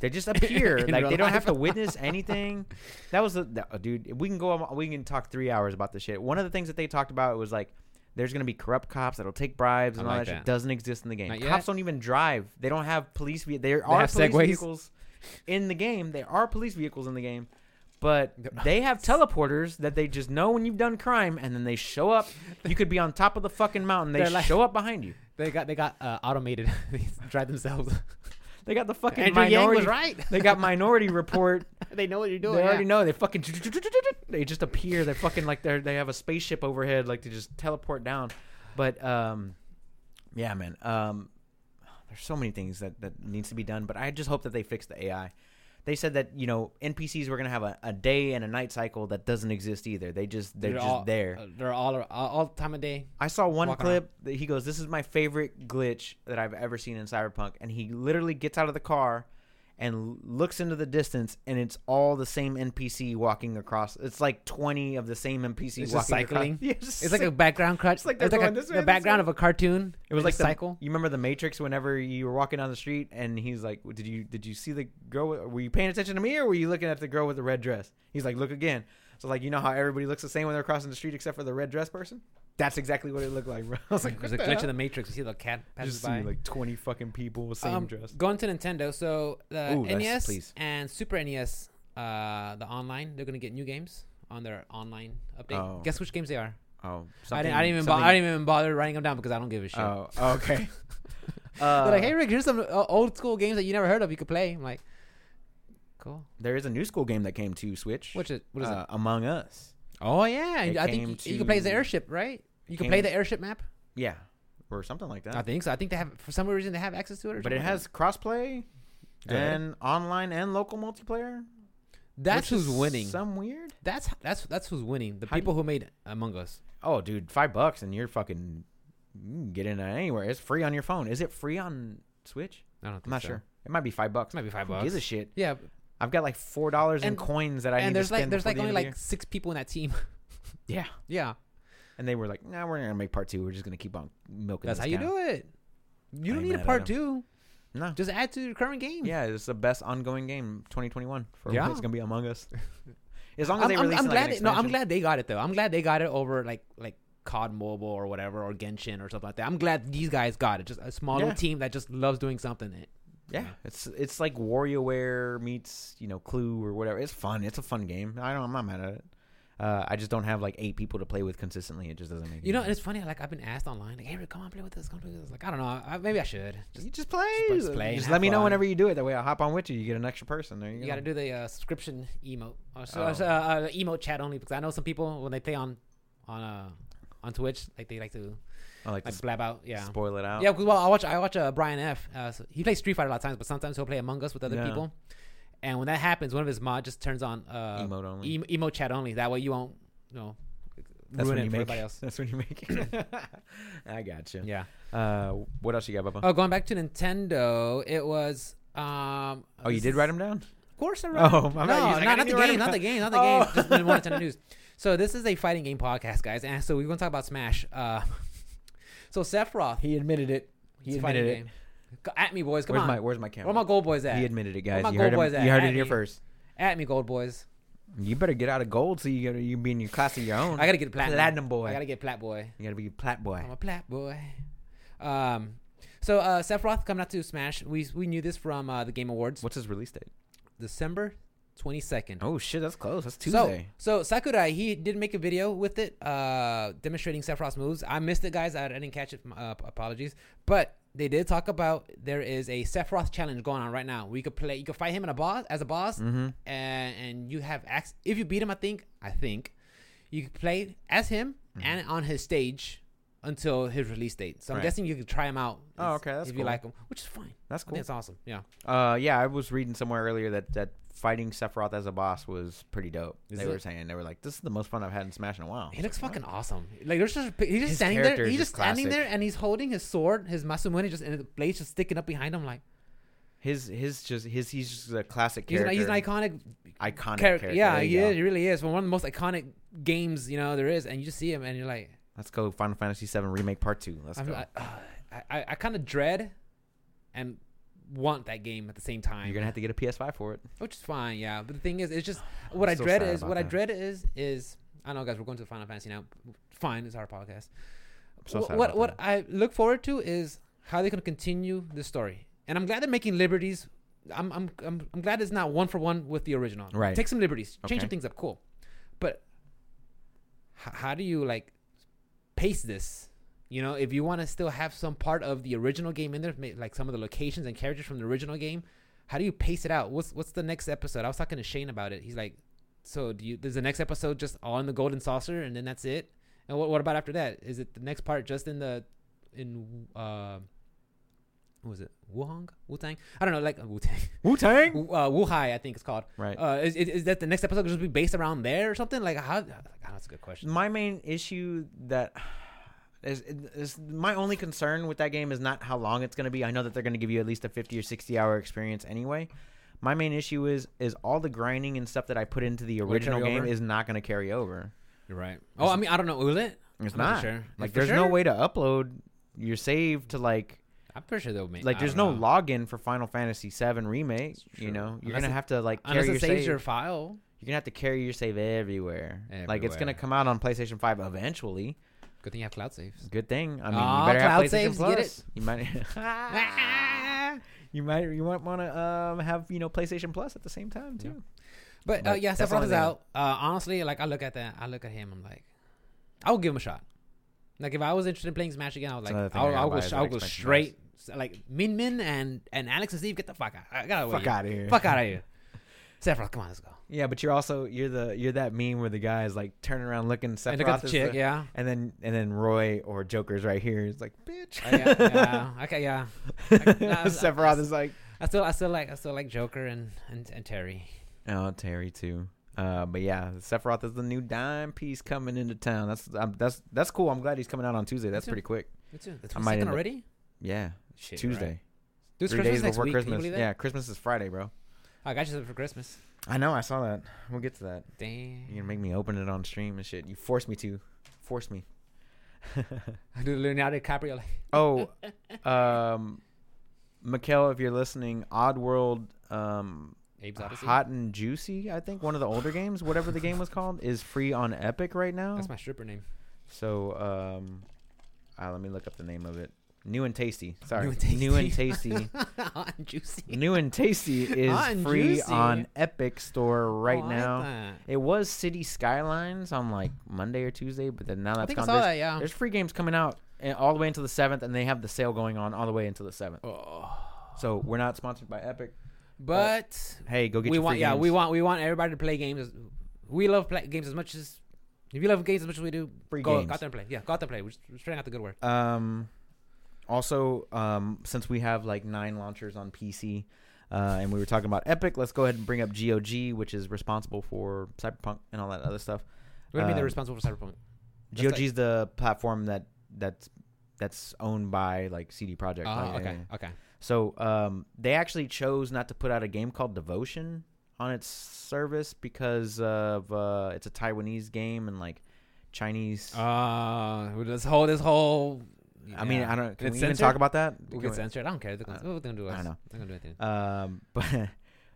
S2: They just appear.
S1: In
S2: like
S1: real
S2: they don't have to
S1: life.
S2: witness anything. That was the that- dude. We can go. on- We can talk three hours about this shit. One of the things that they talked about was like. There's gonna be corrupt cops that'll take bribes and
S1: I
S2: all
S1: like
S2: that,
S1: that.
S2: shit. Doesn't exist in the game.
S1: Not yet.
S2: Cops don't even drive. They don't have police. Ve- there are
S1: have
S2: police
S1: Segways?
S2: vehicles in the game. There are police vehicles in the game, but
S1: They're-
S2: they have teleporters that they just know when you've done crime, and then they show up. You could be on top of the fucking mountain. They
S1: They're like-
S2: show up behind you.
S1: They got they got uh, automated. they drive themselves.
S2: They got the fucking
S1: Andrew Yang
S2: minority.
S1: was right.
S2: They got minority report.
S1: they know what you're
S2: they
S1: doing. yeah.
S2: already know. They fucking. They just appear. They're fucking like they are they have a spaceship overhead. Like they just teleport down. But um, yeah, man. Um, there's so many things that that needs to be done. But I just hope that they fix the AI. They said that you know NPCs were gonna have a, a day and a night cycle that doesn't exist either. They just they're, just
S1: all,
S2: there.
S1: uh, They're all all, all time of day.
S2: I saw one
S1: walking
S2: clip that he goes, "This is my favorite glitch that I've ever seen in Cyberpunk," and he literally gets out of the car and l- looks into the distance, and it's all the same NPC walking across. It's like twenty of the same NPC
S1: It's
S2: walking.
S1: just cycling?
S2: Across. Yeah, just
S1: It's like a background crutch.
S2: It's like they're
S1: it's like
S2: going
S1: a,
S2: this way,
S1: the
S2: this
S1: background
S2: way.
S1: of a cartoon.
S2: It was
S1: They
S2: like
S1: just
S2: the,
S1: cycle.
S2: You remember the Matrix? Whenever you were walking down the street, and he's like, "Did you did you see the girl? with- Were you paying attention to me, or were you looking at the girl with the red dress?" He's like, "Look again." So like, you know how everybody looks the same when they're crossing the street, except for the red dress person. That's exactly what it looked like, bro. I was like,
S1: There's
S2: "What
S1: a
S2: the
S1: glitch
S2: hell?"
S1: in the Matrix. You see the cat passes
S2: Just see
S1: by.
S2: like twenty fucking people with same
S1: Um,
S2: dress.
S1: Going to Nintendo, so the
S2: Ooh, that's-
S1: NES
S2: please.
S1: and Super NES, uh, the online, they're gonna get new games on their online update.
S2: Oh.
S1: Guess which games they are.
S2: Oh,
S1: I didn't, I didn't even bo- I didn't even bother writing them down because I don't give a shit.
S2: Oh, okay.
S1: They're
S2: uh,
S1: like, hey Rick, here's some uh, old school games that you never heard of. You could play. I'm like, cool.
S2: there is a new school game that came to Switch.
S1: What's it? What is
S2: uh, Among Us.
S1: it? Oh yeah,
S2: it
S1: I
S2: came
S1: think you, you can play as the
S2: to-
S1: airship, right? You can
S2: came-
S1: play the airship map.
S2: Yeah, or something like that.
S1: I think so. I think they have for some reason they have access to it. Or
S2: but it
S1: something like
S2: has crossplay
S1: Good.
S2: and online and local multiplayer.
S1: that. that's
S2: which
S1: who's
S2: is
S1: winning.
S2: Some weird.
S1: that's that's that's who's winning. The
S2: How do
S1: people who made Among Us.
S2: Oh, dude, five bucks and you're fucking you can get into anywhere. It's free on your phone. Is it free on Switch?
S1: I don't think
S2: I'm not
S1: so.
S2: sure. It might be five bucks.
S1: It might be five
S2: Who
S1: bucks.
S2: gives a shit?
S1: Yeah,
S2: I've got like four dollars in
S1: And-
S2: coins that I need
S1: and there's
S2: to spend.
S1: like there's
S2: before
S1: like
S2: the
S1: only
S2: end of the
S1: like six people in that team.
S2: year. yeah.
S1: yeah,
S2: And they were like, "Nah, we're not gonna make part two. We're just gonna keep on milking."
S1: that's how
S2: this
S1: you
S2: cow."
S1: do it. You
S2: I
S1: don't
S2: ain't
S1: need a
S2: mad at
S1: part two.
S2: No.
S1: Just add to your current game.
S2: Yeah, it's the best ongoing game 2021 for
S1: Yeah.
S2: it's gonna be Among Us. As long as
S1: I'm,
S2: they
S1: I'm-
S2: release
S1: I'm
S2: like,
S1: glad.
S2: an
S1: they- no, I'm
S2: expansion.
S1: glad they got it though. I'm glad they got it over like like COD Mobile or whatever or Genshin or something like that. I'm glad these guys got it. Just a small little
S2: Yeah.
S1: team that just loves doing something.
S2: Yeah,
S1: Yeah.
S2: it's it's like WarioWare meets you know Clue or whatever. It's fun. It's a fun game. I don't. I'm not mad at it. Uh, I just don't have like eight people to play with consistently. It just doesn't make.
S1: You know, and
S2: any
S1: it's funny. Like I've been asked online, like, "Hey, Rick, come on, play with us. Come play with us." Like I don't know. I, maybe I should.
S2: sense.
S1: Just
S2: you just play.
S1: just
S2: Just,
S1: play and have
S2: let me know
S1: fun.
S2: whenever you do it. That way, I'll hop on with you. You get an extra person. There you,
S1: you
S2: go.
S1: got to do the uh, subscription emote or so,
S2: Oh.
S1: so, uh, uh, emote chat only because I know some people when they play on on uh, on Twitch, like they like to
S2: I like to
S1: like
S2: sp-
S1: blab out. Yeah.
S2: spoil it out.
S1: Yeah, because well, I watch I watch uh, Brian F. Uh, so he plays Street Fighter a lot of times, but sometimes he'll play Among Us with other
S2: Yeah.
S1: people. And when that happens, one of his mod just turns on uh,
S2: Emote only.
S1: em- emo chat only. That way you won't, you know,
S2: That's
S1: ruin
S2: when
S1: it
S2: you
S1: for
S2: make.
S1: everybody else.
S2: That's when you make. it. I got you.
S1: Yeah.
S2: Uh, what else you got, Bubba?
S1: Oh, going back to Nintendo, it was. Um,
S2: oh, you
S1: this
S2: did
S1: is-
S2: write them down.
S1: Of course, I
S2: Oh,
S1: wrote. no,
S2: I'm not- he's
S1: not,
S2: like, I
S1: not
S2: didn't
S1: the
S2: write
S1: game,
S2: them
S1: not
S2: down.
S1: the game, not the
S2: Oh.
S1: game. Just didn't want to turn the news. So this is a fighting game podcast, guys, and so we're going to talk about Smash. Uh, so Sephiroth,
S2: He admitted it. He
S1: it's a
S2: admitted
S1: fighting
S2: it.
S1: game. Go- At me, boys, come
S2: Where's
S1: on.
S2: my Where's my
S1: Where
S2: camera?
S1: my gold boys at?
S2: he admitted it, guys.
S1: my
S2: You heard,
S1: goal
S2: him,
S1: was at?
S2: you heard
S1: At
S2: it here
S1: me.
S2: first.
S1: At me, gold boys.
S2: You better get out of gold so you gotta you be in your class of your own.
S1: I gotta get platinum.
S2: Platinum boy.
S1: I gotta get plat boy.
S2: you gotta be a plat boy.
S1: I'm a plat boy. Um, so uh, Sephiroth coming out to Smash. We we knew this from uh, the Game Awards,
S2: What's his release date?
S1: December 22nd.
S2: Oh shit, that's close. That's Tuesday.
S1: So, so Sakurai he did make a video with it, uh, demonstrating Sephiroth's moves. I missed it, guys. I, I didn't catch it. Uh, apologies, but they did talk about there is a Sephiroth challenge going on right now. We could play. You could fight him in a boss as a boss,
S2: mm-hmm.
S1: and, and you have ac- if you beat him, I think I think you could play as him and on his stage until his release date. So I'm
S2: Mm-hmm. Right.
S1: guessing you could try him out. if-
S2: Oh, okay, that's
S1: if you
S2: cool.
S1: like him, which is fine.
S2: That's
S1: I think
S2: cool.
S1: it's awesome. Yeah,
S2: Uh, yeah, I was reading somewhere earlier that that fighting Sephiroth as a boss was pretty dope.
S1: Is
S2: they
S1: it?
S2: were saying they were like, this is the most fun I've had in Smash in a while.
S1: he looks fucking awesome. Like there's just he's just
S2: His
S1: standing
S2: character
S1: there.
S2: is
S1: He's just
S2: just
S1: standing
S2: classic.
S1: there, and he's holding his sword, his Masamune, just and the blade's just sticking up behind him. Like
S2: His his just his he's just a classic
S1: he's an,
S2: character.
S1: he's an iconic character.
S2: iconic character.
S1: Yeah,
S2: There
S1: he
S2: you go.
S1: is. He really is. One of the most iconic games you know there is, and you just see him, and you're like,
S2: Let's go Final Fantasy VII remake part two. Let's
S1: I'm,
S2: go.
S1: I, I, I, I kind of dread and want that game at the same time,
S2: You're gonna have to get a PS5 for it.
S1: which is fine, yeah. But the thing is, it's just what i
S2: still
S1: dread
S2: sad
S1: is
S2: about
S1: what I
S2: that.
S1: dread is is I know, guys. We're going to the Final Fantasy now. Fine, it's our podcast.
S2: I'm so
S1: Wh-
S2: sad
S1: what
S2: about
S1: what
S2: that.
S1: I look forward to is how they can continue the story, and I'm glad they're making liberties. I'm I'm I'm, I'm glad it's not one for one with the original.
S2: Right.
S1: Take some liberties, change
S2: Okay.
S1: some things up, cool. But h- how do you like pace this? You know, if you want to still have some part of the original game in there, ma- like some of the locations and characters from the original game, how do you pace it out? What's what's the next episode? I was talking to Shane about it. He's like, so do you? Does the next episode just all in the golden saucer, and then that's it? And what what about after that? Is it the next part just in the in uh, Who was it? Wuhong? Wu Tang? I don't know. Like Wu Tang.
S2: Wu Tang.
S1: Uh, Wuhai, I think it's called.
S2: Right.
S1: Uh, is, is, is that the next episode going to be based around there or something? Like, how? God, that's a good question.
S2: my main issue that is, is my only concern with that game is not how long it's going to be. I know that they're going to give you at least a 50 or 60 hour experience anyway. My main issue is is all the grinding and stuff that I put into the
S1: Will it
S2: original
S1: carry
S2: game
S1: over?
S2: is not going to carry over.
S1: You're right. Oh, I mean, I don't know. Will it?
S2: It's
S1: I'm
S2: not.
S1: for sure.
S2: Like
S1: For
S2: there's no
S1: sure?
S2: way to upload your save to like
S1: I'm pretty sure they'll make.
S2: like
S1: I
S2: there's no
S1: don't know.
S2: login for Final Fantasy 7 remake,
S1: It's
S2: you
S1: true.
S2: know.
S1: Unless
S2: You're going
S1: it-
S2: to have to like carry
S1: unless
S2: your
S1: it saves
S2: save.
S1: your file.
S2: You're going to have to carry your save everywhere. Like it's going to
S1: Everywhere.
S2: come out on PlayStation 5 eventually.
S1: Good thing you have cloud saves.
S2: Good thing. I mean,
S1: Aw,
S2: you better have
S1: cloud
S2: PlayStation
S1: saves,
S2: Plus.
S1: get
S2: You might. you might. You might want to um, have you know PlayStation Plus at the same time too.
S1: But uh,
S2: But
S1: yeah,
S2: that's
S1: Sephiroth is
S2: the only
S1: out. Uh, honestly, like I look at that, I look at him, I'm like, I would give him a shot. Like if I was interested in playing Smash again, I would like,
S2: another thing I
S1: I'll,
S2: gotta
S1: I'll
S2: buy
S1: go,
S2: is
S1: sh-
S2: that
S1: I'll go
S2: expansion
S1: straight. Like Min Min and and Alex and Steve, get the fuck out. I gotta
S2: Fuck out of here.
S1: Fuck out of here. Sephiroth, come on, let's go.
S2: Yeah, but you're also you're the you're that meme where the guy is like turning around looking Sephiroth
S1: and look at the
S2: is
S1: chick,
S2: the-
S1: yeah.
S2: and then and then Roy or Joker's right here is like bitch.
S1: Uh, yeah, yeah. Okay, yeah. nah,
S2: Sephiroth is like
S1: I still, I still like, I still like Joker and and, and Terry.
S2: oh Terry too. Uh, but yeah, Sephiroth is the new dime piece coming into town. That's um, that's that's cool. I'm glad he's coming out on Tuesday. That's
S1: too.
S2: pretty quick.
S1: Me too. The
S2: I might
S1: 22nd
S2: end up-
S1: already.
S2: Yeah,
S1: Shit,
S2: Tuesday.
S1: right. Dude, it's
S2: Three
S1: Christmas
S2: days
S1: next
S2: before
S1: week. Can you
S2: Christmas.
S1: believe that?
S2: Yeah, Christmas is Friday, bro.
S1: Oh, I got you something for Christmas.
S2: I know. I saw that. We'll get to that.
S1: Damn.
S2: You're gonna make me open it on stream and shit. You forced me to. Force me.
S1: I do Leonardo DiCaprio. Like,
S2: oh, um, Mikkel, if you're listening, Oddworld, um,
S1: Abe's Odyssey.
S2: Hot and Juicy. I think one of the older games, whatever the game was called, is free on Epic right now.
S1: That's my stripper name.
S2: So, um, uh, let me look up the name of it. New and tasty. Sorry,
S1: New and Tasty.
S2: New and tasty.
S1: Hot and juicy.
S2: New and tasty is
S1: Hot and
S2: free
S1: Juicy.
S2: on Epic Store right
S1: Oh, I like
S2: now.
S1: that.
S2: It was City Skylines on like Monday or Tuesday, but then now
S1: I
S2: that's
S1: think I
S2: gone.
S1: saw
S2: There's,
S1: that. Yeah.
S2: there's free games coming out and all the way until the seventh, and they have the sale going on all the way until the seventh. So we're not sponsored by Epic.
S1: Oh. But
S2: Hey, go get
S1: we
S2: your
S1: want,
S2: free
S1: yeah,
S2: games.
S1: we want, we want everybody to play games. as- We love play games as much as if you love games as much as we do.
S2: free
S1: go,
S2: games.
S1: go out there and play. Yeah, go out there and play. We're just, we're just trying out the good word.
S2: Um, also, um, since we have like nine launchers on PC, uh, and we were talking about Epic, let's go ahead and bring up GOG, which is responsible for Cyberpunk and all that other stuff.
S1: What do you mean they're
S2: Um,
S1: responsible for Cyberpunk? That's
S2: GOG is the platform that that's that's owned by like CD Projekt.
S1: Oh,
S2: Like,
S1: okay,
S2: uh,
S1: okay.
S2: So um, they actually chose not to put out a game called Devotion on its service because of uh, it's a Taiwanese game and like Chinese.
S1: Uh, with this whole, this whole.
S2: I mean,
S1: yeah.
S2: I don't. Can
S1: It's
S2: we even
S1: censored?
S2: talk about that?
S1: We'll
S2: Can
S1: get
S2: we-
S1: censored. I don't care. They're gonna,
S2: I-
S1: what they're gonna do to
S2: I
S1: us.
S2: know.
S1: They're gonna do anything.
S2: Um, but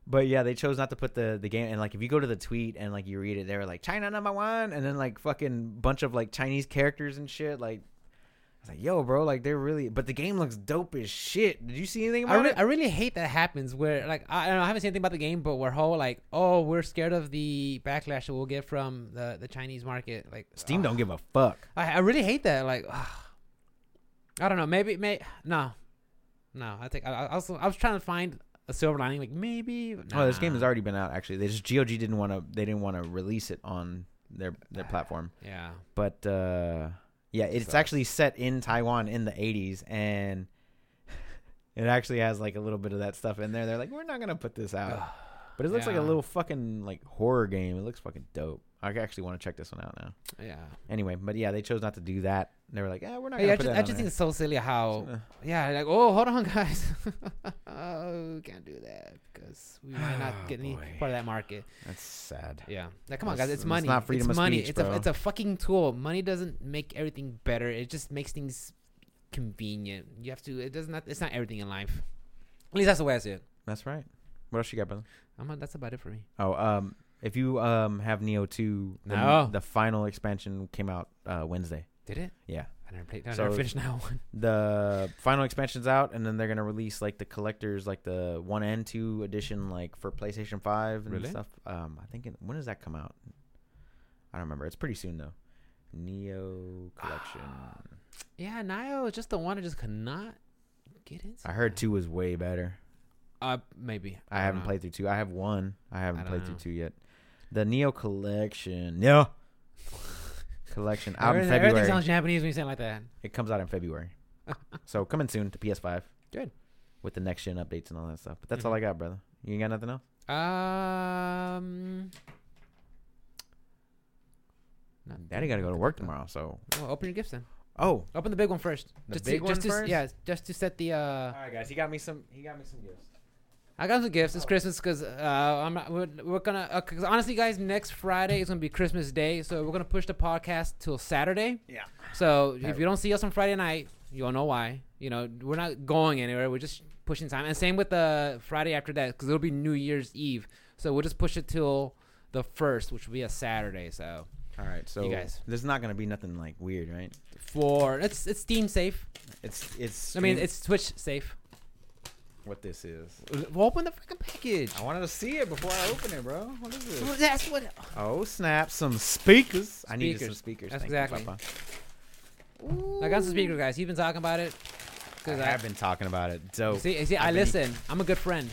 S2: but yeah, they chose not to put the the game. And like, if you go to the tweet and like you read it, they were like China number one, and then like fucking bunch of like Chinese characters and shit. Like, I was like, yo, bro, like they're really. But the game looks dope as shit. Did you see anything
S1: I,
S2: about
S1: re-
S2: it?
S1: I really hate that happens where like I, I don't know, I haven't seen anything about the game, but we're whole like oh we're scared of the backlash that we'll get from the, the Chinese market. Like
S2: Steam
S1: ah.
S2: don't give a fuck.
S1: I, I really hate that. Like ah. I don't know. Maybe may no, no. I think I, I also I was trying to find a silver lining. Like maybe. but
S2: Oh, this
S1: nah.
S2: game has already been out. Actually, they just GOG didn't want to. They didn't want to release it on their their platform.
S1: Yeah.
S2: But uh, yeah, it's
S1: Sucks.
S2: actually set in Taiwan in the '80s, and it actually has like a little bit of that stuff in there. They're like, we're not gonna put this out, but it looks like a
S1: Yeah.
S2: little fucking like horror game. It looks fucking dope. I actually want to check this one out now.
S1: Yeah.
S2: Anyway, but yeah, they chose not to do that. They were like, yeah, we're not
S1: Hey,
S2: gonna
S1: I
S2: put
S1: just
S2: that
S1: I
S2: on
S1: just think
S2: there."
S1: it's so silly how
S2: Uh,
S1: yeah like oh hold on guys oh can't do that because we might not
S2: Oh,
S1: get any
S2: boy.
S1: part of that market.
S2: That's sad.
S1: Yeah. Like, come on,
S2: That's-
S1: guys. It's
S2: that's
S1: money.
S2: not freedom of
S1: it's money.
S2: speech,
S1: it's
S2: bro.
S1: a it's a fucking tool. Money doesn't make everything better. It just makes things convenient. You have to. It does not. It's not everything in life. At least that's the way I see it.
S2: That's right. What else you got, brother?
S1: I'm not, that's about it for me.
S2: Oh, um, if you um have Neo two, the,
S1: No.
S2: the final expansion came out uh, Wednesday.
S1: Did it?
S2: Yeah,
S1: I never played. I
S2: So-
S1: never finished now one.
S2: the final expansion's out, and then they're gonna release like the collectors, like the one and two edition, like for PlayStation Five and
S1: Really?
S2: stuff. Um, I think it, when does that come out? I don't remember. It's pretty soon though. Neo collection.
S1: Yeah, Nio is just the one I just could not get into.
S2: I heard two was way better.
S1: Uh, maybe.
S2: I
S1: don't
S2: haven't
S1: know.
S2: played through two. I have one. I haven't
S1: don't
S2: played through
S1: know.
S2: two yet. The Neo collection. Neo collection out in
S1: Everything- Everything
S2: February.
S1: sounds Japanese when you say it like that.
S2: It comes out in February. so coming soon to PS5.
S1: Good.
S2: with the next gen updates and all that stuff. But that's all I got, brother. You ain't got nothing else?
S1: Um. Not
S2: Daddy got to go to work tomorrow, so.
S1: Well, open your gifts then.
S2: Oh.
S1: Open the big one first.
S2: The
S1: just
S2: big
S1: to,
S2: one
S1: just to,
S2: first?
S1: Yeah, just to set the. uh
S2: All right, guys. He got me some. He got me some gifts.
S1: I got some gifts. It's Christmas because uh, I'm not, we're, we're gonna uh 'cause honestly, guys, next Friday is gonna be Christmas Day, so we're gonna push the podcast till Saturday.
S2: Yeah.
S1: So if
S2: That-
S1: you don't see us on Friday night, you'll know why. You know, we're not going anywhere. We're just pushing time. And same with the Friday after that, because it'll be New Year's Eve. So we'll just push it till the first, which will be a Saturday. So
S2: All right, so
S1: guys.
S2: this is not gonna be nothing like weird, right?
S1: for it's it's Steam safe.
S2: It's it's.
S1: I mean,
S2: stream-
S1: it's Twitch safe.
S2: what this is.
S1: Well, open the freaking package.
S2: I wanted to see it before I open it, bro. What is this?
S1: That's what.
S2: Oh snap! Some speakers. I needed some
S1: Speakers.
S2: speakers.
S1: That's
S2: Thank you,
S1: exactly.
S2: Papa.
S1: I got some speaker guys. You've been talking about it.
S2: I
S1: Cause I,
S2: have been talking about it. Dope.
S1: see, see, I
S2: I've been-
S1: listen. I'm a good friend.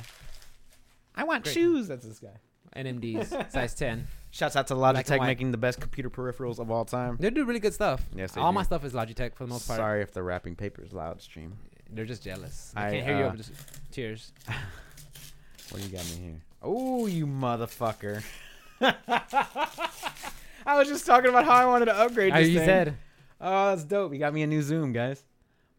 S2: I want
S1: Great.
S2: shoes. That's this guy.
S1: NMDs size ten.
S2: Shouts out to
S1: Black and
S2: Logitech
S1: white.
S2: making the best computer peripherals of all time.
S1: They do really good stuff.
S2: Yes, they
S1: all
S2: do.
S1: my stuff is Logitech for the most part.
S2: Sorry if the wrapping paper is loud. Stream.
S1: They're just jealous. I
S2: I,
S1: can't hear you
S2: uh,
S1: over the s- tears.
S2: What do you got me here? Oh, you motherfucker! I was just talking about how I wanted to upgrade.
S1: Oh,
S2: this
S1: you
S2: thing.
S1: said
S2: Oh, that's dope. You got me a new Zoom, guys.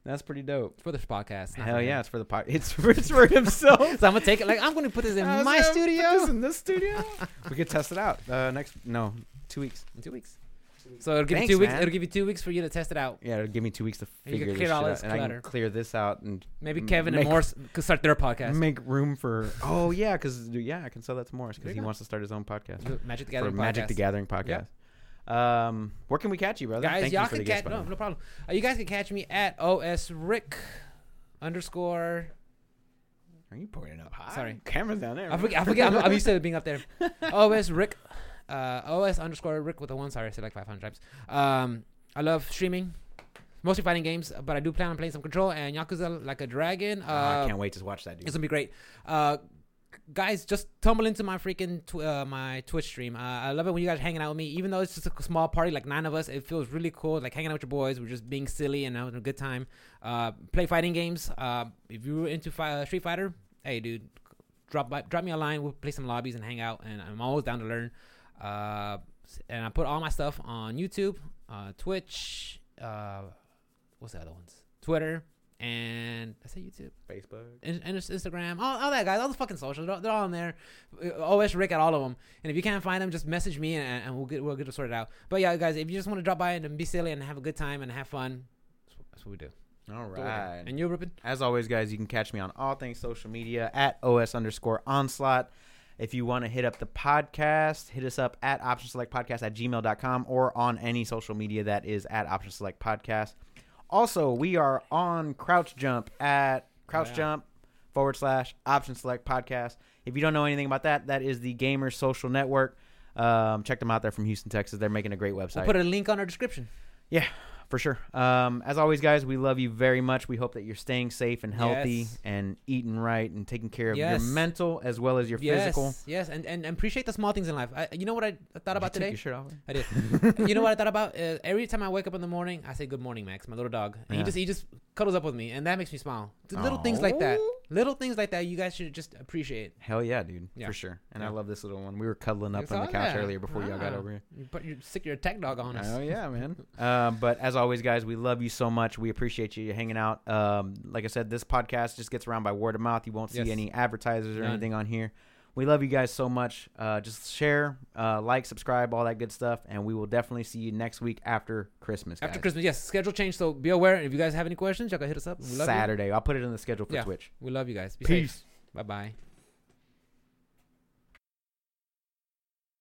S2: That's pretty dope.
S1: for this podcast. not for
S2: Hell
S1: him.
S2: yeah, it's for the pod. It's for, it's for himself.
S1: So I'm gonna take it. Like I'm gonna put this in
S2: I was
S1: my
S2: gonna put
S1: studio
S2: this in this studio. we could test it out. Uh, next, no, two weeks.
S1: in two weeks. So it'll give
S2: Thanks,
S1: you two weeks.
S2: man.
S1: It'll give you two weeks for you to test it out.
S2: Yeah, it'll give me two weeks to
S1: And you can
S2: figure this
S1: clear
S2: shit
S1: all
S2: out,
S1: this
S2: and I
S1: clutter.
S2: can clear this out and
S1: Maybe
S2: m-
S1: Kevin
S2: make-
S1: and Morse could start their podcast.
S2: make room for. Oh yeah, because yeah, I can sell that to Morris
S1: There you
S2: because he
S1: go.
S2: wants to start his own podcast
S1: The Magic the
S2: for
S1: Gathering
S2: Magic the
S1: podcast.
S2: Gathering podcast. Um, where can we catch you, brother?
S1: guys,
S2: Thank
S1: y'all
S2: you for
S1: can
S2: the guest,
S1: catch
S2: by the
S1: no,
S2: way.
S1: no problem. Uh, you guys can catch me at osrick underscore.
S2: Are you pointing up high?
S1: Sorry.
S2: cameras down there.
S1: I
S2: man.
S1: forget. I forget. I'm, I'm used to being up there. os rick, uh, os underscore rick with a one. Sorry, I said like 500 times. Um, I love streaming, mostly fighting games, but I do plan on playing some Control and Yakuza like a dragon.
S2: Oh, I
S1: Uh,
S2: can't wait to watch that dude.
S1: It's gonna be great. Uh, guys, just tumble into my freaking tw- uh, my Twitch stream. Uh, I love it when you guys are hanging out with me, even though it's just a small party, like nine of us. It feels really cool, like hanging out with your boys. We're just being silly and having a good time. Uh, play fighting games. Uh, if you were into fi- uh, Street Fighter, hey dude, drop by, drop me a line. We'll play some lobbies and hang out. And I'm always down to learn. Uh, and I put all my stuff on YouTube, uh, Twitch. Uh, what's the other ones? Twitter and I say YouTube.
S2: Facebook.
S1: In- in- Instagram, all, all that guys, all the fucking socials, they're, all- they're all in there. Uh, OS Rick at all of them. And if you can't find them, just message me and, and we'll get we'll get it sorted out. But yeah, guys, if you just want to drop by and be silly and have a good time and have fun, that's what, that's what we do. That's
S2: All
S1: what we do.
S2: right.
S1: And you, Rupin?
S2: As always, guys, you can catch me on all things social media at OS underscore onslaught. If you want to hit up the podcast, hit us up at option select podcast at gmail.com or on any social media that is at option select podcast. Also, we are on Crouch Jump at Crouch
S1: yeah.
S2: Jump forward slash option select podcast. If you don't know anything about that, that is the Gamer Social Network. Um, check them out. They're from Houston, Texas. They're making a great website.
S1: We'll put a link on our description.
S2: Yeah, for sure. Um, as always, guys, we love you very much. We hope that you're staying safe and healthy
S1: Yes.
S2: and eating right and taking care of
S1: Yes.
S2: your mental as well as your
S1: yes,
S2: physical.
S1: yes, and, and and appreciate the small things in life. I, you know what I thought about
S2: Did you
S1: today?
S2: take your shirt off?
S1: I did. you know what I thought about? Uh, every time I wake up in the morning, I say good morning, Max, my little dog, and he
S2: Yeah.
S1: just he just cuddles up with me, and that makes me smile. The Little things like that,
S2: Aw.
S1: little things like that, you guys should just appreciate.
S2: Hell yeah, dude.
S1: Yeah.
S2: For sure. And
S1: Yeah.
S2: I love this little one. We were cuddling up
S1: It's
S2: on the
S1: all
S2: couch
S1: there.
S2: earlier before y'all got
S1: Ah.
S2: over here.
S1: You put you sick your attack dog on us.
S2: Oh yeah, man. um, but as always, guys, we love you so much. We appreciate you hanging out. Um, like I said, this podcast just gets around by word of mouth. You won't see
S1: Yes.
S2: any advertisers or
S1: None.
S2: anything on here. We love you guys so much. Uh, just share, uh, like, subscribe, all that good stuff, and we will definitely see you next week after Christmas.
S1: After
S2: guys.
S1: Christmas, yes, schedule change. So be aware. If you guys have any questions, y'all can hit us up. We love
S2: Saturday, I'll put it in the schedule for
S1: Yeah.
S2: Twitch.
S1: you. We love you guys. Be
S2: Peace.
S1: Bye bye.